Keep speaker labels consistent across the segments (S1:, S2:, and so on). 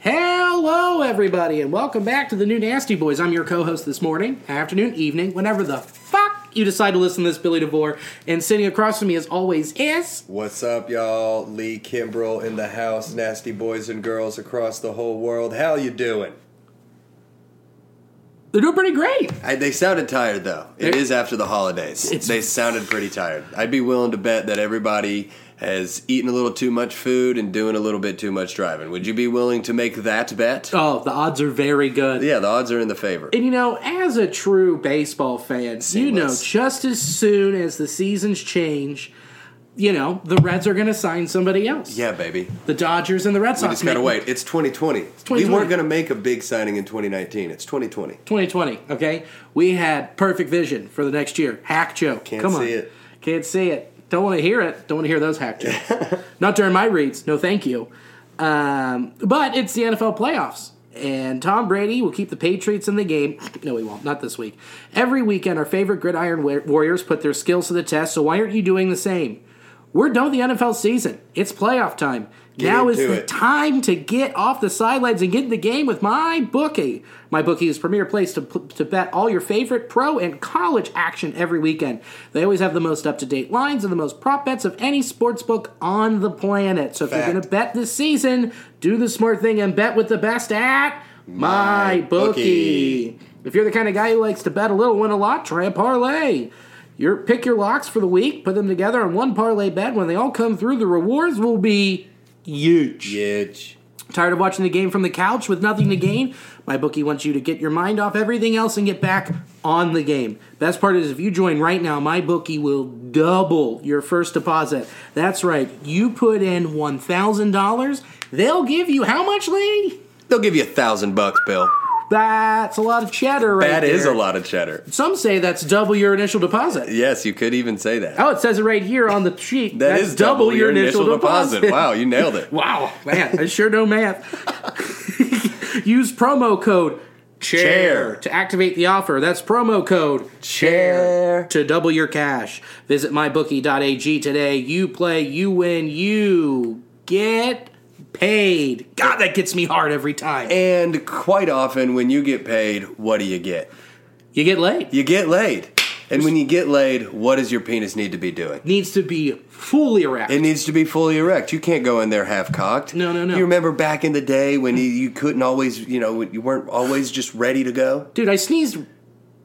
S1: Hello, everybody, and welcome back to the new Nasty Boys. I'm your co host this morning, afternoon, evening, whenever the fuck you decide to listen to this, Billy DeVore. And sitting across from me, as always, is.
S2: What's up, y'all? Lee Kimbrell in the house, nasty boys and girls across the whole world. How you doing?
S1: They're doing pretty great.
S2: I, they sounded tired, though. It
S1: They're-
S2: is after the holidays.
S1: It's-
S2: they sounded pretty tired. I'd be willing to bet that everybody has eaten a little too much food and doing a little bit too much driving. Would you be willing to make that bet?
S1: Oh, the odds are very good.
S2: Yeah, the odds are in the favor.
S1: And you know, as a true baseball fan, you know,
S2: Seamless.
S1: just as soon as the seasons change, you know, the Reds are going to sign somebody else.
S2: yeah, baby.
S1: The Dodgers and the Red
S2: We
S1: Sox.
S2: just gotta
S1: make-
S2: wait. It's 2020. We
S1: 2020.
S2: weren't gonna make a big signing in 2019. It's 2020.
S1: 2020, okay? We had perfect vision for the next year. Hack joke.
S2: Can't
S1: Come on.
S2: see it.
S1: Can't see it. Don't want to hear it. Don't want to hear those hack jokes. Not during my reads. No, thank you. Um, but it's the NFL playoffs. And Tom Brady will keep the Patriots in the game. No, he won't. Not this week. Every weekend, our favorite gridiron wa- warriors put their skills to the test. So why aren't you doing the same? We're done with the NFL season. It's playoff time. now is
S2: into
S1: the
S2: it.
S1: time time to get off the sidelines and get in the game with my bookie. My bookie is premier place to, to bet all your favorite pro and college action every weekend. They always have the most up to date lines and the most prop bets of any sports book on the planet. So if
S2: Fact.
S1: you're going to bet this season, do the smart thing and bet with the best at my,
S2: My
S1: bookie.
S2: Bookie.
S1: If you're the kind of guy who likes to bet a little, win a lot, try a parlay. Your pick your locks for the week, put them together on one parlay bet. When they all come through, the rewards will be huge.
S2: Yitch.
S1: Tired of watching the game from the couch with nothing to gain? My bookie wants you to get your mind off everything else and get back on the game. Best part is if you join right now, my bookie will double your first deposit. That's right. You put in $1,000, they'll give you how much, lady?
S2: They'll give you a thousand bucks, Bill.
S1: That's a lot of cheddar right
S2: That
S1: there.
S2: is a lot of cheddar.
S1: Some say that's double your initial deposit.
S2: Yes, you could even say that.
S1: Oh, it says it right here on the sheet.
S2: That is double, your, initial, deposit. Wow, you nailed it.
S1: Wow, man, I sure know math. Use promo code chair,
S2: Chair.
S1: to activate the offer. That's promo code
S2: Chair.
S1: to double your cash. Visit mybookie.ag today. You play, you win, you get paid. God, that gets me hard every time.
S2: And quite often, when you get paid, what do you get?
S1: You get laid.
S2: You get laid. And when you get laid, what does your penis need to be doing?
S1: Needs to be fully erect.
S2: It needs to be fully erect. You can't go in there half cocked.
S1: No, no, no.
S2: You remember back in the day when you, you couldn't always, you know, you weren't always just ready to go?
S1: Dude, I sneezed.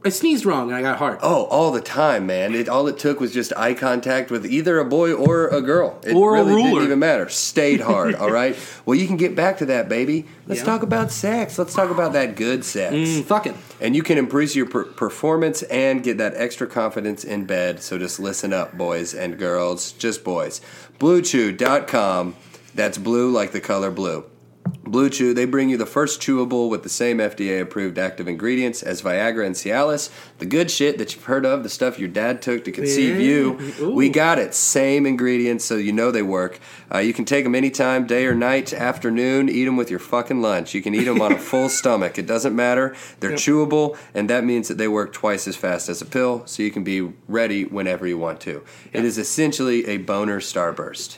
S1: I sneezed wrong and I got hard.
S2: Oh, all the time, man. It, all it took was just eye contact with either a boy or a girl. It
S1: Or a
S2: really
S1: ruler.
S2: didn't even matter. Stayed hard, all right? Well, you can get back to that, baby. Let's
S1: Yeah.
S2: talk about sex. Let's talk about that good sex.
S1: Mm, fucking.
S2: And you can improve your per- performance and get that extra confidence in bed. So just listen up, boys and girls, just boys. BlueChew.com. That's blue like the color blue. Blue Chew, they bring you the first chewable with the same FDA approved active ingredients as Viagra and Cialis. The good shit that you've heard of, the stuff your dad took to conceive
S1: Yeah.
S2: you. We
S1: Ooh.
S2: got it. Same ingredients, so you know they work. Uh, you can take them anytime, day or night, afternoon. Eat them with your fucking lunch. You can eat them on a full stomach. It doesn't matter. They're chewable, and that means that they work twice as fast as a pill, so you can be ready whenever you want to. It is essentially a boner starburst.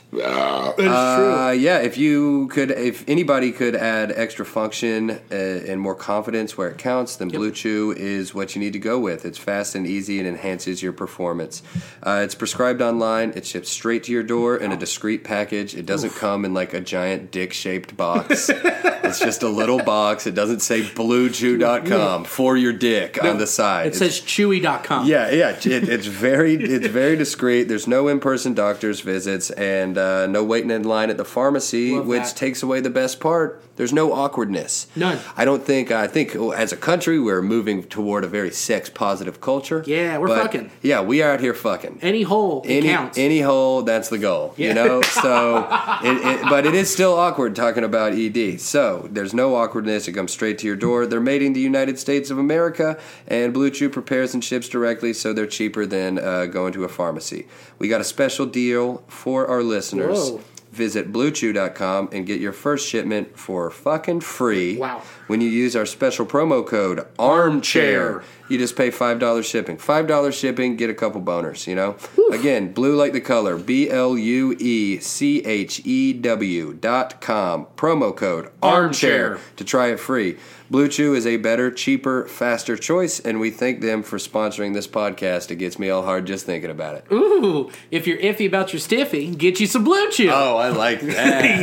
S2: Uh, yeah, if you could, if anybody could add extra function uh, and more confidence where it counts, then Blue Chew is what you need to go with. It's fast and easy and enhances your performance. Uh, it's prescribed online. It ships straight to your door in a discreet package. It doesn't come in like a giant dick shaped box. it's just a little box. It doesn't say bluechew.com for your dick on the side.
S1: It says chewy.com.
S2: Yeah, yeah. It, it's very it's very discreet. There's no in person doctor's visits and uh, no waiting in line at the pharmacy,
S1: Love
S2: which
S1: that.
S2: takes away the best part. awkward. There's no awkwardness.
S1: None.
S2: I don't think. I think oh, as a country we're moving toward a very sex positive culture.
S1: Yeah, we're
S2: But,
S1: fucking.
S2: Yeah, we are out here fucking.
S1: Any hole it
S2: Any,
S1: counts.
S2: any hole, that's the goal,
S1: Yeah.
S2: you know. So, it, it, but it is still awkward talking about ED. So there's no awkwardness; it comes straight to your door. They're made in the United States of America, and Blue Chew prepares and ships directly, so they're cheaper than uh, going to a pharmacy. We got a special deal for our listeners.
S1: Whoa.
S2: Visit bluechew.com and get your first shipment for fucking free.
S1: Wow.
S2: When you use our special promo code armchair, you just pay $5 shipping. $5 shipping, get a couple boners, you know? Again, blue like the color, B L U E C H E W dot com, promo code
S1: Armchair.
S2: armchair to try it free. Blue Chew is a better, cheaper, faster choice, and we thank them for sponsoring this podcast. It gets me all hard just thinking about it.
S1: Ooh, if you're iffy about your stiffy, get you some blue chew.
S2: Oh, I like that.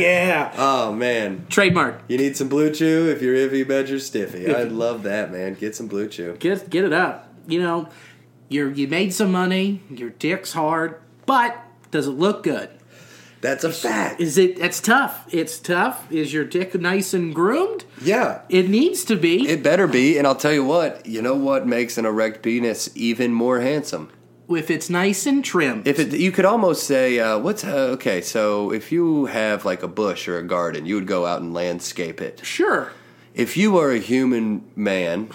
S1: yeah.
S2: Oh, man.
S1: Trademark.
S2: You need some Blue Chew if you're iffy about your stiffy. I'd love that, man. Get some Blue Chew.
S1: Get get it up. You know, you're you made some money. Your dick's hard, but does it look good?
S2: That's a fact.
S1: Is it? That's tough. It's tough. Is your dick nice and groomed?
S2: Yeah.
S1: It needs to be.
S2: It better be, and I'll tell you what, you know what makes an erect penis even more handsome?
S1: if it's nice and trimmed.
S2: If it, you could almost say, uh, what's, uh, okay, so if you have like a bush or a garden, you would go out and landscape it.
S1: sure.
S2: If you are a human man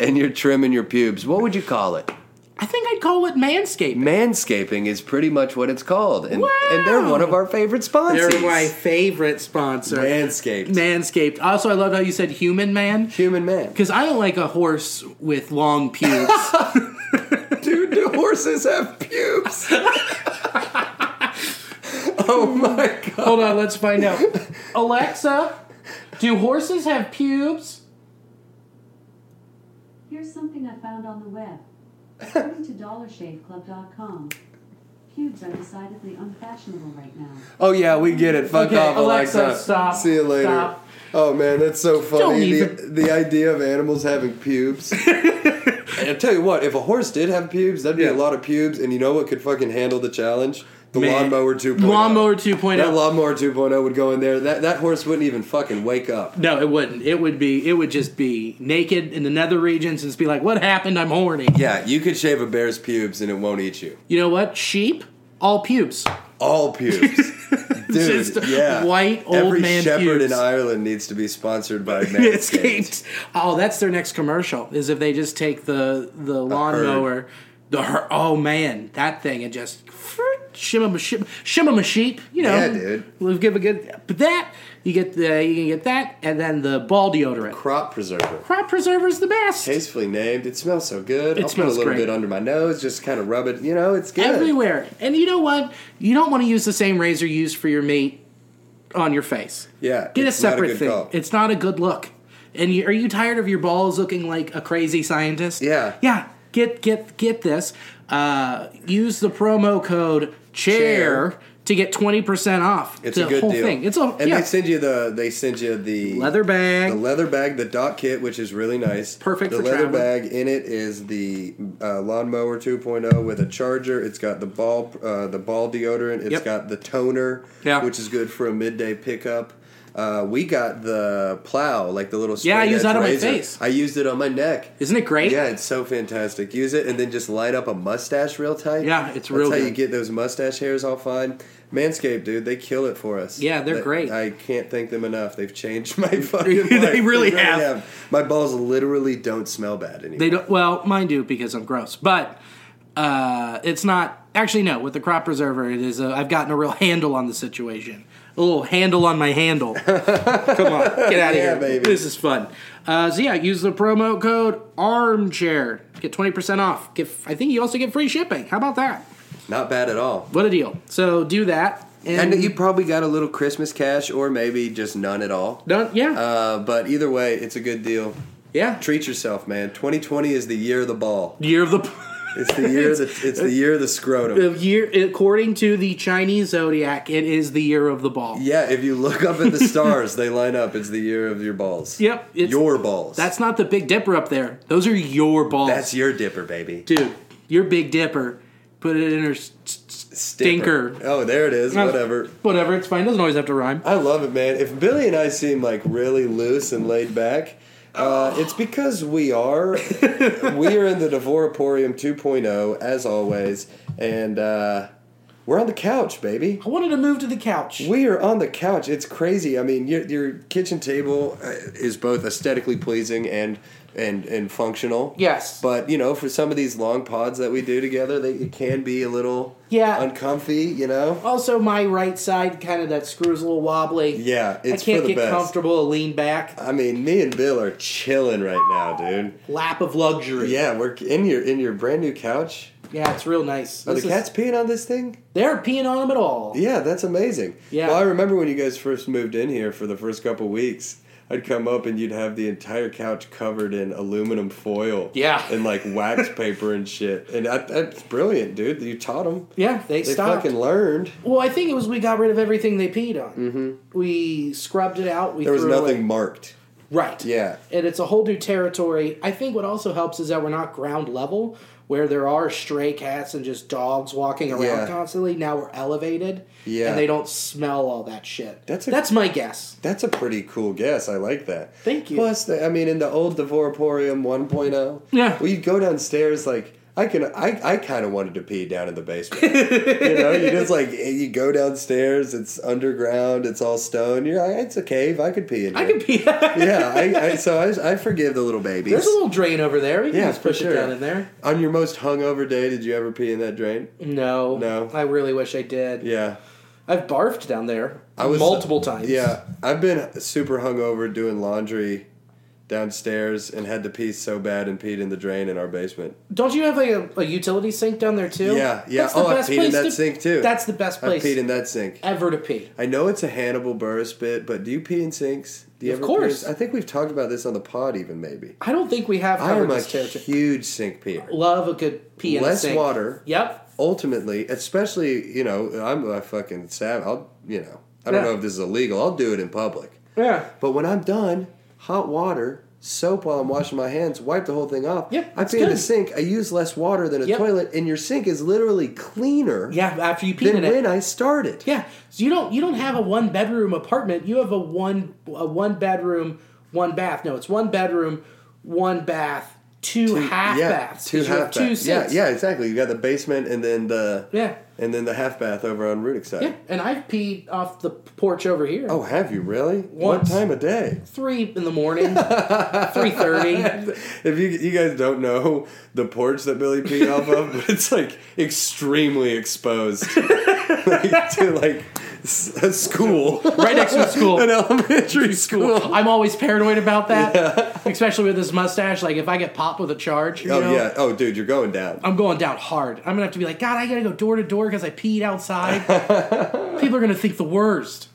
S2: and you're trimming your pubes, what would you call it?
S1: I think I'd call it manscaping.
S2: Manscaping is pretty much what it's called, and, and they're one of our favorite sponsors.
S1: They're my favorite sponsor.
S2: Manscaped.
S1: Manscaped. Also, I love how you said human man.
S2: Human man.
S1: Because I don't like a horse with long pubes.
S2: Dude, do horses have pubes? oh my god.
S1: Hold on, let's find out. Alexa, do horses have pubes?
S3: Here's something I found on the web. According to DollarShaveClub.com, pubes are decidedly unfashionable right now.
S2: Oh yeah, we get it. Fuck
S1: Okay,
S2: off,
S1: Alexa,
S2: Alexa.
S1: stop,
S2: See you later.
S1: stop.
S2: Oh man, that's so funny. The,
S1: even-
S2: the idea of animals having pubes. And I tell you what, if a horse did have pubes, that'd be a
S1: Yeah.
S2: lot of pubes. And you know what could fucking handle the challenge? The
S1: Man.
S2: lawnmower 2.0.
S1: Lawnmower oh. 2.0.
S2: That lawnmower 2.0 would go in there. That that horse wouldn't even fucking wake up.
S1: No, it wouldn't. It would be. It would just be naked in the nether regions and just be like, "What happened? I'm horny."
S2: Yeah, you could shave a bear's pubes and it won't eat you.
S1: You know what? Sheep, all pubes.
S2: all pubes. Dude,
S1: Just
S2: yeah.
S1: white old
S2: Every
S1: man
S2: shepherd
S1: pubes.
S2: in Ireland needs to be sponsored by Manscaped.
S1: Manscaped. Oh, that's their next commercial. Is if they just take the the
S2: herd.
S1: lawnmower, the her- oh man, that thing and just shim 'em a shim, shim 'em a sheep. You know,
S2: Yeah, dude.
S1: We'll give a good. But that you get the you can get that and then the ball deodorant.
S2: Crop preserver.
S1: Crop preserver's the best.
S2: Tastefully named. It smells so good. I'll put a
S1: smells
S2: little
S1: great.
S2: bit under my nose, just kind of rub it. You know, it's good.
S1: everywhere. And you know what? You don't want to use the same razor used for your meat on your face.
S2: Yeah,
S1: Get a
S2: it's not a
S1: separate
S2: good
S1: thing.
S2: call.
S1: It's not a good look. And you, are you tired of your balls looking like a crazy scientist?
S2: Yeah.
S1: Yeah. Get get get this. Uh, use the promo code chair,
S2: Chair.
S1: to get twenty percent off.
S2: It's
S1: the
S2: a good
S1: whole
S2: deal.
S1: thing. It's a
S2: and
S1: yeah.
S2: they send you the they send you the
S1: leather bag.
S2: The leather bag, the dot kit, which is really nice.
S1: Perfect
S2: The
S1: for
S2: leather
S1: traveling.
S2: bag in it is the uh, lawnmower 2.0 with a charger. It's got the ball, uh, the ball deodorant. It's
S1: Yep.
S2: got the toner,
S1: Yeah.
S2: which is good for a midday pickup. Uh, we got the plow, like the little
S1: Yeah, I
S2: straight
S1: used
S2: edge
S1: that on my
S2: razor.
S1: face.
S2: I used it on my neck.
S1: Isn't it great?
S2: Yeah, it's so fantastic. Use it and then just light up a mustache real tight.
S1: Yeah, it's
S2: That's
S1: real
S2: how
S1: good.
S2: you get those mustache hairs all fine. Manscaped, dude, they kill it for us.
S1: Yeah, they're
S2: That-
S1: great.
S2: I can't thank them enough. They've changed my fucking. life.
S1: They really have.
S2: My balls literally don't smell bad anymore.
S1: They don't. Well, mine do because I'm gross, but uh, it's not. Actually, no. With the crop preserver, it is. A, I've gotten a real handle on the situation. A little handle on my handle. Come on, get out of
S2: Yeah,
S1: here,
S2: baby.
S1: This is fun. Uh, so yeah, use the promo code Armchair. Get twenty percent off. Get. I think you also get free shipping. How about that?
S2: Not bad at all.
S1: What a deal. So do that.
S2: And you probably got a little Christmas cash, or maybe just none at all.
S1: don't. Yeah.
S2: Uh, but either way, it's a good deal.
S1: yeah.
S2: Treat yourself, man. 2020 is the year of the ball.
S1: Year of the.
S2: It's the year. of the, it's the year of the scrotum.
S1: Of year, according to the Chinese zodiac, it is the year of the ball.
S2: Yeah, if you look up at the stars, they line up. It's the year of your balls.
S1: Yep, it's-
S2: your balls.
S1: That's not the Big Dipper up there. Those are your balls.
S2: that's your dipper, baby.
S1: Dude, your Big Dipper Put it in her s- s- stinker.
S2: Oh, there it is. Whatever.
S1: Whatever, it's fine. Doesn't always have to rhyme.
S2: I love it, man. If Billy and I seem like really loose and laid back, uh,
S1: Oh.
S2: it's because we are. we are in the Devoraporium 2.0, oh, as always, and uh, we're on the couch, baby.
S1: I wanted to move to the couch.
S2: We are on the couch. It's crazy. I mean, your, your kitchen table uh, is both aesthetically pleasing and and and functional.
S1: Yes.
S2: But you know, for some of these long pods that we do together, they it can be a little
S1: Yeah.
S2: uncomfy. You know.
S1: also, my right side, kind of that screw's a little wobbly.
S2: Yeah, it's
S1: I can't
S2: for the
S1: get
S2: best.
S1: comfortable and lean back.
S2: I mean, me and Bill are chilling right now, dude.
S1: Lap of luxury.
S2: Yeah, we're in your in your brand new couch.
S1: Yeah, it's real nice.
S2: Are
S1: This
S2: the
S1: is-
S2: cats peeing on this thing?
S1: They're peeing on them at all.
S2: Yeah, that's amazing.
S1: Yeah.
S2: Well, I remember when you guys first moved in here for the first couple weeks. I'd come up and you'd have the entire couch covered in aluminum foil.
S1: Yeah.
S2: And like wax paper and shit. And I, that's brilliant, dude. You taught them.
S1: Yeah, they,
S2: They
S1: stopped.
S2: fucking learned.
S1: Well, I think it was we got rid of everything they peed on. Mm-hmm. We scrubbed it out. We
S2: There was
S1: threw it
S2: nothing
S1: away.
S2: marked.
S1: Right.
S2: Yeah.
S1: And it's a whole new territory. I think what also helps is that we're not ground level, where there are stray cats and just dogs walking around
S2: Yeah.
S1: constantly. Now we're elevated.
S2: Yeah.
S1: And they don't smell all that shit.
S2: That's a-
S1: that's my guess.
S2: That's a pretty cool guess. I like that.
S1: Thank you.
S2: Plus, the, I mean, in the old Devoraporium 1.0,
S1: Yeah.
S2: oh, we'd go downstairs like. I can I, I kind of wanted to pee down in the basement. you know, you just like eh, you go downstairs. It's underground. It's all stone. You're like, it's a cave. I could pee in here.
S1: I could pee. There's
S2: yeah, I, I, so I, I forgive the little babies.
S1: a little drain over there. We can
S2: Yeah,
S1: just
S2: for
S1: push
S2: sure.
S1: it down in there.
S2: On your most hungover day, did you ever pee in that drain?
S1: No.
S2: No.
S1: I really wish I did.
S2: Yeah,
S1: I've barfed down there
S2: I was uh,
S1: multiple times.
S2: Yeah, I've been super hungover doing laundry downstairs and had to pee so bad and peed in the drain in our basement.
S1: Don't you have like a, a utility sink down there too?
S2: Yeah, yeah.
S1: That's the
S2: oh, I
S1: best
S2: peed in
S1: place
S2: that
S1: to-
S2: sink too.
S1: That's the best place
S2: I peed in that sink.
S1: ever to pee.
S2: I know it's a Hannibal Burris bit, but do you pee in sinks? Do you
S1: Of
S2: ever
S1: course.
S2: Pee in, I think we've talked about this on the pod, even maybe.
S1: I don't think we have
S2: I
S1: covered
S2: am a
S1: this territory.
S2: huge sink peer.
S1: Love a good pee in a
S2: Less
S1: sink.
S2: water.
S1: Yep.
S2: Ultimately, especially you know, I'm a fucking sav. I'll you know, I don't
S1: Yeah.
S2: know if this is illegal. I'll do it in public.
S1: Yeah.
S2: But when I'm done, hot water, soap while I'm washing my hands, wipe the whole thing off.
S1: Yeah,
S2: I
S1: it's
S2: pee in a
S1: good.
S2: sink. I use less water than a
S1: Yep.
S2: toilet, and your sink is literally cleaner.
S1: Yeah. After you pee
S2: Than
S1: in it.
S2: when I started.
S1: yeah. So you don't you don't have a one bedroom apartment. You have a one a one bedroom one bath. No, it's one bedroom, one bath, two, half
S2: yeah,
S1: baths.
S2: Two
S1: 'cause you have
S2: half
S1: Two
S2: baths. Yeah,
S1: sinks.
S2: yeah, exactly. You got the basement and then the
S1: Yeah.
S2: and then the half bath over on Rudick's side.
S1: Yeah. And I've peed off the porch over here.
S2: Oh, have you really? What
S1: Once.
S2: time of day?
S1: Three in the morning, three thirty.
S2: If you you guys don't know the porch that Billy peed off of, but it's like extremely exposed like, to like s- a school,
S1: Right next to a school.
S2: an elementary school.
S1: I'm always paranoid about that, especially with this mustache. Like if I get popped with a charge, you
S2: Oh
S1: know,
S2: yeah. Oh dude, you're going down.
S1: I'm going down hard. I'm gonna have to be like, God, I gotta go door to door because I peed outside. People are gonna think the worst.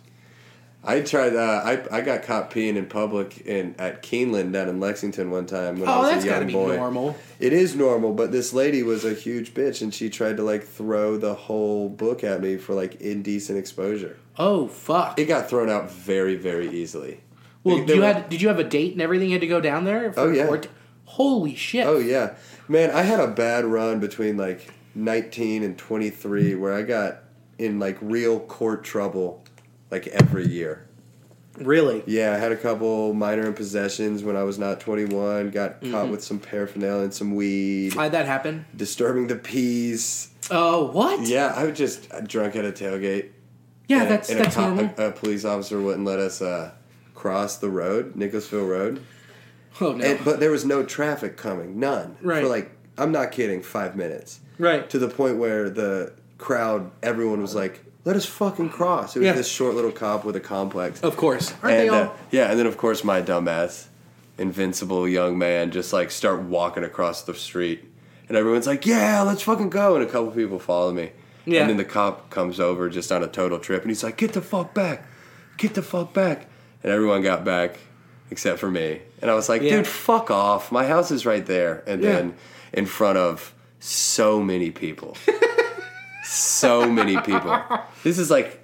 S2: I tried. Uh, I I got caught peeing in public in at Keeneland down in Lexington one time when I
S1: Oh,
S2: was
S1: that's
S2: a young
S1: gotta be
S2: boy.
S1: normal.
S2: It is normal, but this lady was a huge bitch, and she tried to like throw the whole book at me for like indecent exposure.
S1: Oh fuck.
S2: It got thrown out very very easily.
S1: well,
S2: They-
S1: do
S2: they
S1: you
S2: were-
S1: had did you have a date and everything? You had to go down there. for-
S2: Oh, yeah.
S1: for- holy shit.
S2: Oh yeah, man. I had a bad run between like 19 and 23 where I got in like real court trouble, like every year.
S1: really?
S2: Yeah, I had a couple minor in possessions when I was not 21. Got
S1: Mm-hmm.
S2: caught with some paraphernalia and some weed,
S1: Why'd that happen?
S2: disturbing the peace.
S1: Oh what?
S2: Yeah, I was just drunk at a tailgate.
S1: Yeah,
S2: and-
S1: that's
S2: and
S1: that's
S2: a, cop-
S1: normal.
S2: A, a police officer wouldn't let us uh, cross the road, Nicholasville Road.
S1: oh no.
S2: And, but there was no traffic coming, none.
S1: Right.
S2: For like, I'm not kidding, five minutes.
S1: Right.
S2: To the point where the crowd, everyone was like, "Let us fucking cross." It was
S1: Yeah.
S2: this short little cop with a complex.
S1: of course. Aren't
S2: and
S1: they all?
S2: uh, yeah, and then of course my dumbass, invincible young man, just like start walking across the street, and everyone's like, "Yeah, let's fucking go!" And a couple people follow me,
S1: Yeah.
S2: and then the cop comes over just on a total trip, and he's like, "Get the fuck back, get the fuck back!" And everyone got back except for me, and I was like,
S1: Yeah.
S2: "Dude, fuck off! My house is right there," and then in front of so many people. so many people. This is like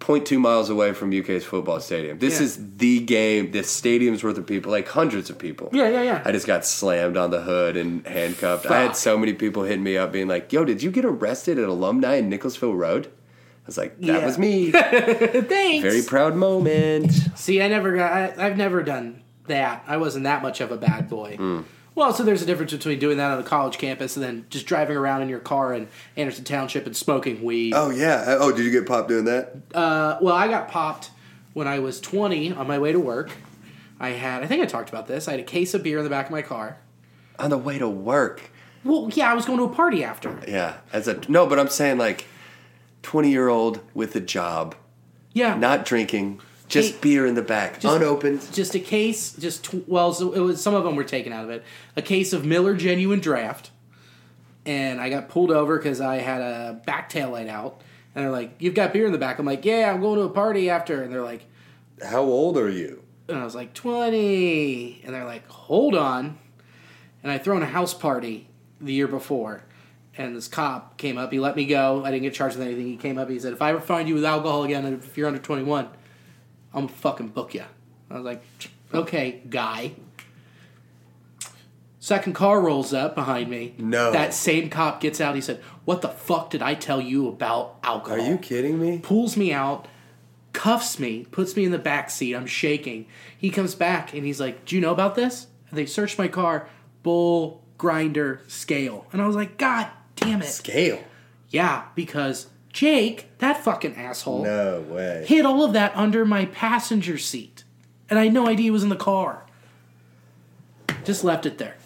S2: 0.2 miles away from UK's football stadium. This
S1: Yeah.
S2: is the game. This stadium's worth of people, like hundreds of people.
S1: Yeah, yeah, yeah.
S2: I just got slammed on the hood and handcuffed. I
S1: Fuck.
S2: had so many people hitting me up being like, yo, did you get arrested at Alumni in Nicholsville Road? I was like, that
S1: Yeah.
S2: was me.
S1: Thanks.
S2: Very proud moment.
S1: See, I never got. I, I've never done that. I wasn't that much of a bad boy.
S2: Hmm.
S1: Well, so there's a difference between doing that on a college campus and then just driving around in your car in Anderson Township and smoking weed.
S2: Oh, yeah. Oh, did you get popped doing that?
S1: Uh, well, I got popped when I was 20 on my way to work. I had, I think I talked about this. I had a case of beer in the back of my car.
S2: On the way to work.
S1: Well, yeah, I was going to a party after.
S2: Yeah. As a No, but I'm saying like 20 year old with a job,
S1: Yeah,
S2: not drinking, just
S1: Hey,
S2: beer in the back,
S1: just-
S2: unopened.
S1: just a case. Just tw- well, so it was some of them were taken out of it. A case of Miller Genuine Draft, and I got pulled over because I had a back tail light out, and they're like, "You've got beer in the back." I'm like, "Yeah, I'm going to a party after," and they're like,
S2: How old are you?
S1: and I was like, 20. And they're like, hold on. And I'd thrown a house party the year before. And this cop came up. He let me go. I didn't get charged with anything. He came up. He said, if I ever find you with alcohol again, and if you're under 21, I'm going to fucking book you. I was like, okay, guy. Second car rolls up behind me.
S2: No.
S1: That same cop gets out. He said, what the fuck did I tell you about alcohol?
S2: Are you kidding me?
S1: pulls me out, cuffs me, puts me in the back seat. I'm shaking. He comes back and he's like, "Do you know about this?" And they searched my car, bull grinder scale, and I was like, "God damn it!"
S2: Scale.
S1: Yeah, because Jake, that fucking asshole,
S2: No way.
S1: hid all of that under my passenger seat, and I had no idea he was in the car. Just left it there.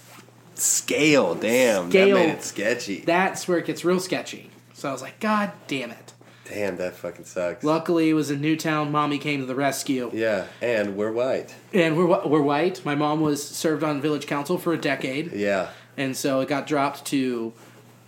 S2: Scale, damn.
S1: Scale.
S2: That made it sketchy.
S1: That's where it gets real sketchy. So I was like, "God damn it!"
S2: damn, that fucking sucks.
S1: Luckily, it was in Newtown. Mommy came to the rescue.
S2: yeah, and we're white.
S1: And we're wh- we're white. My mom was served on village council for a decade,
S2: Yeah.
S1: and so it got dropped to,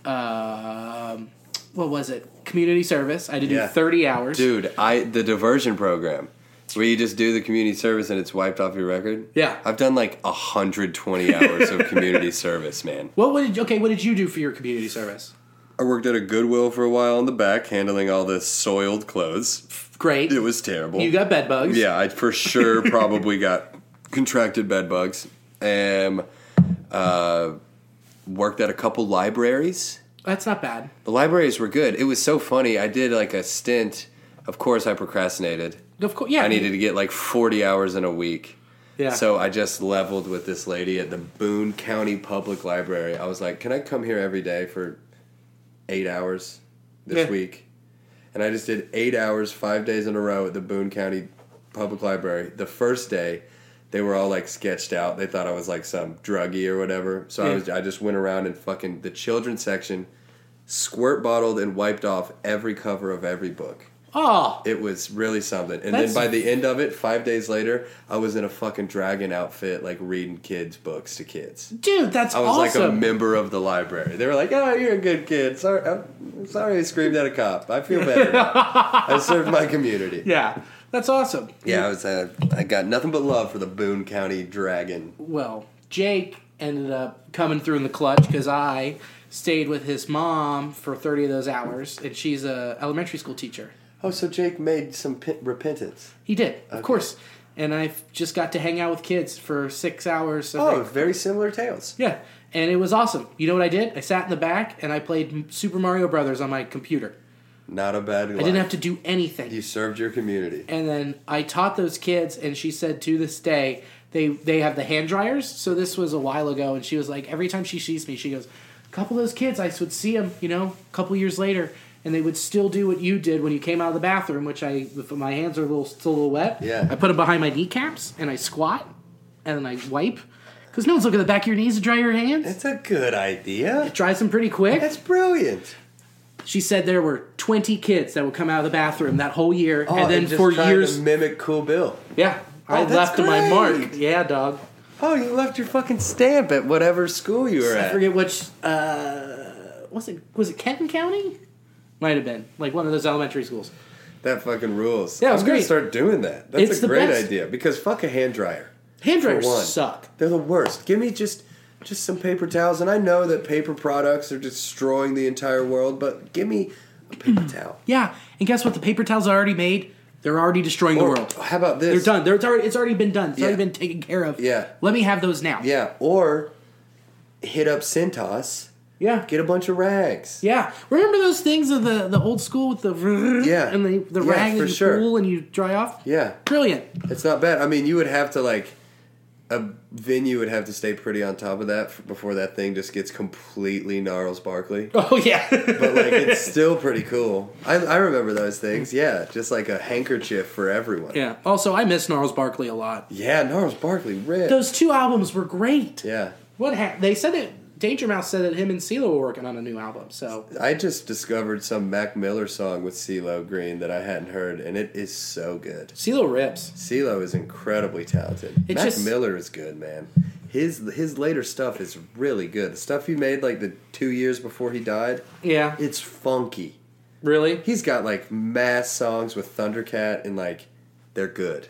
S1: um, what was it? Community service. I did do
S2: Yeah.
S1: thirty hours.
S2: Dude, I the diversion program. Where you just do the community service and it's wiped off your record?
S1: Yeah.
S2: I've done like 120 hours of community service, man.
S1: What would okay? What did you do for your community service?
S2: I worked at a Goodwill for a while on the back, handling all the soiled clothes.
S1: Great.
S2: It was terrible.
S1: you got bed bugs.
S2: Yeah, I for sure probably got contracted bed bugs. Um, uh, worked at a couple libraries.
S1: that's not bad.
S2: The libraries were good. It was so funny. I did like a stint. Of course, I procrastinated.
S1: Of course, yeah.
S2: I needed to get like 40 hours in a week.
S1: Yeah.
S2: So I just leveled with this lady at the Boone County Public Library. I was like, "Can I come here every day for 8 hours this
S1: Yeah.
S2: week?" And I just did 8 hours 5 days in a row at the Boone County Public Library. The first day, they were all like sketched out. They thought I was like some druggie or whatever. So I
S1: Yeah.
S2: was I just went around and fucking the children's section squirt bottled and wiped off every cover of every book.
S1: Oh,
S2: It was really something. And
S1: That's-
S2: then by the end of it, five days later, I was in a fucking dragon outfit, like reading kids' books to kids.
S1: dude, that's
S2: I was
S1: awesome.
S2: like a member of the library. They were like, "Oh, you're a good kid. Sorry, I'm sorry, I screamed at a cop. I feel better. now. I served my community."
S1: yeah, that's awesome.
S2: Yeah, I was. Uh, I got nothing but love for the Boone County Dragon.
S1: Well, Jake ended up coming through in the clutch because I stayed with his mom for thirty of those hours, and she's a elementary school teacher.
S2: Oh, so Jake made some p- repentance.
S1: He did, of course. And I just got to hang out with kids for six hours. a
S2: Oh,
S1: day.
S2: very similar tales.
S1: yeah. And it was awesome. You know what I did? I sat in the back and I played M- Super Mario Brothers on my computer.
S2: Not a bad.
S1: I didn't have to do anything.
S2: You served your community.
S1: And then I taught those kids, and she said to this day, they they have the hand dryers. So this was a while ago, and she was like, every time she sees me, she goes, a couple of those kids, I would see them, you know, a couple years later, and they would still do what you did when you came out of the bathroom, which I, if my hands are a little still a little wet.
S2: Yeah.
S1: I put them behind my kneecaps, and I squat, and then I wipe, because no one's looking at the back of your knees to dry your hands.
S2: It's a good idea.
S1: dries them pretty quick.
S2: That's brilliant.
S1: She said there were 20 kids that would come out of the bathroom that whole year, and then
S2: Oh, just
S1: for
S2: trying
S1: years.
S2: to mimic Cool Bill.
S1: Yeah, I
S2: Oh, that's
S1: left my
S2: great.
S1: mark. Yeah, dog.
S2: Oh, you left your fucking stamp at whatever school you were
S1: I
S2: at.
S1: forget which. Uh, was it was it Kenton County? Might have been like one of those elementary schools.
S2: That fucking rules.
S1: Yeah, it
S2: I'm
S1: was
S2: gonna
S1: great.
S2: start doing that. That's
S1: It's
S2: a
S1: the
S2: great
S1: best.
S2: idea because fuck a hand dryer.
S1: Hand
S2: For
S1: dryers
S2: one.
S1: suck.
S2: They're the worst. Give me just just some paper towels, and I know that paper products are destroying the entire world, but give me a paper towel.
S1: Yeah, and guess what? The paper towels I already made They're already destroying
S2: Or,
S1: the world.
S2: Oh, how about this?
S1: They're done. They're, it's already it's already been done. It's already
S2: Yeah.
S1: been taken care of.
S2: Yeah.
S1: Let me have those now.
S2: Yeah, or hit up Centos,
S1: Yeah.
S2: get a bunch of rags.
S1: Yeah. Remember those things of the, the old school with the
S2: Yeah.
S1: and the, the
S2: Yeah,
S1: rag
S2: for
S1: in the
S2: sure.
S1: pool and you dry off?
S2: Yeah.
S1: Brilliant.
S2: It's not bad. I mean, you would have to like a venue would have to stay pretty on top of that f before that thing just gets completely Gnarls Barkley.
S1: Oh yeah.
S2: But like, it's still pretty cool. I, I remember those things. Yeah, just like a handkerchief for everyone.
S1: yeah. Also, I miss Gnarls Barkley a lot.
S2: Yeah, Gnarls Barkley, rip.
S1: Those two albums were great.
S2: yeah.
S1: What ha- they said that Danger Mouse said that him and CeeLo were working on a new album. So
S2: I just discovered some Mac Miller song with CeeLo Green that I hadn't heard, and it is so good.
S1: CeeLo rips.
S2: CeeLo is incredibly talented.
S1: It
S2: Mac
S1: just-
S2: Miller is good, man. His his later stuff is really good. The stuff he made like the two years before he died,
S1: Yeah.
S2: it's funky.
S1: Really?
S2: He's got like mass songs with Thundercat, and like they're good.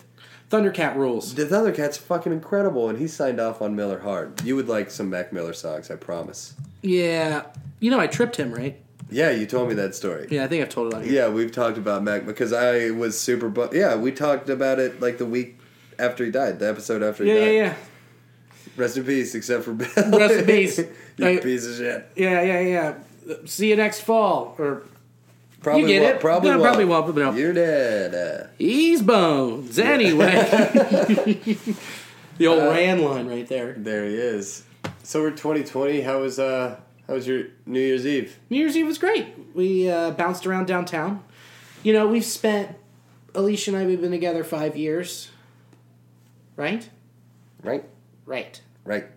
S1: Thundercat rules.
S2: The Thundercat's fucking incredible, and he signed off on Miller Hard. You would like some Mac Miller songs, I promise.
S1: Yeah. You know I tripped him, right?
S2: Yeah, you told me that story.
S1: Yeah, I think I've told it on here.
S2: Yeah, we've talked about Mac because I was super. Bu- yeah, we talked about it like the week after he died, the episode after he
S1: Yeah,
S2: died.
S1: yeah, yeah.
S2: Rest in peace, except for Bill.
S1: Rest in peace.
S2: you
S1: I-
S2: piece of shit.
S1: Yeah, yeah, yeah. See you next fall. Or
S2: Probably
S1: get
S2: won't,
S1: it.
S2: Probably
S1: No,
S2: won't.
S1: probably won't, but no.
S2: You're dead. Uh,
S1: ease bones. Anyway. the old Rand line right there.
S2: there he is. So we're 2020. How was uh? How was your New Year's Eve?
S1: New Year's Eve was great. We uh, bounced around downtown. You know, we've spent, Alicia and I, we've been together five years. Right?
S2: Right.
S1: Right.
S2: Right.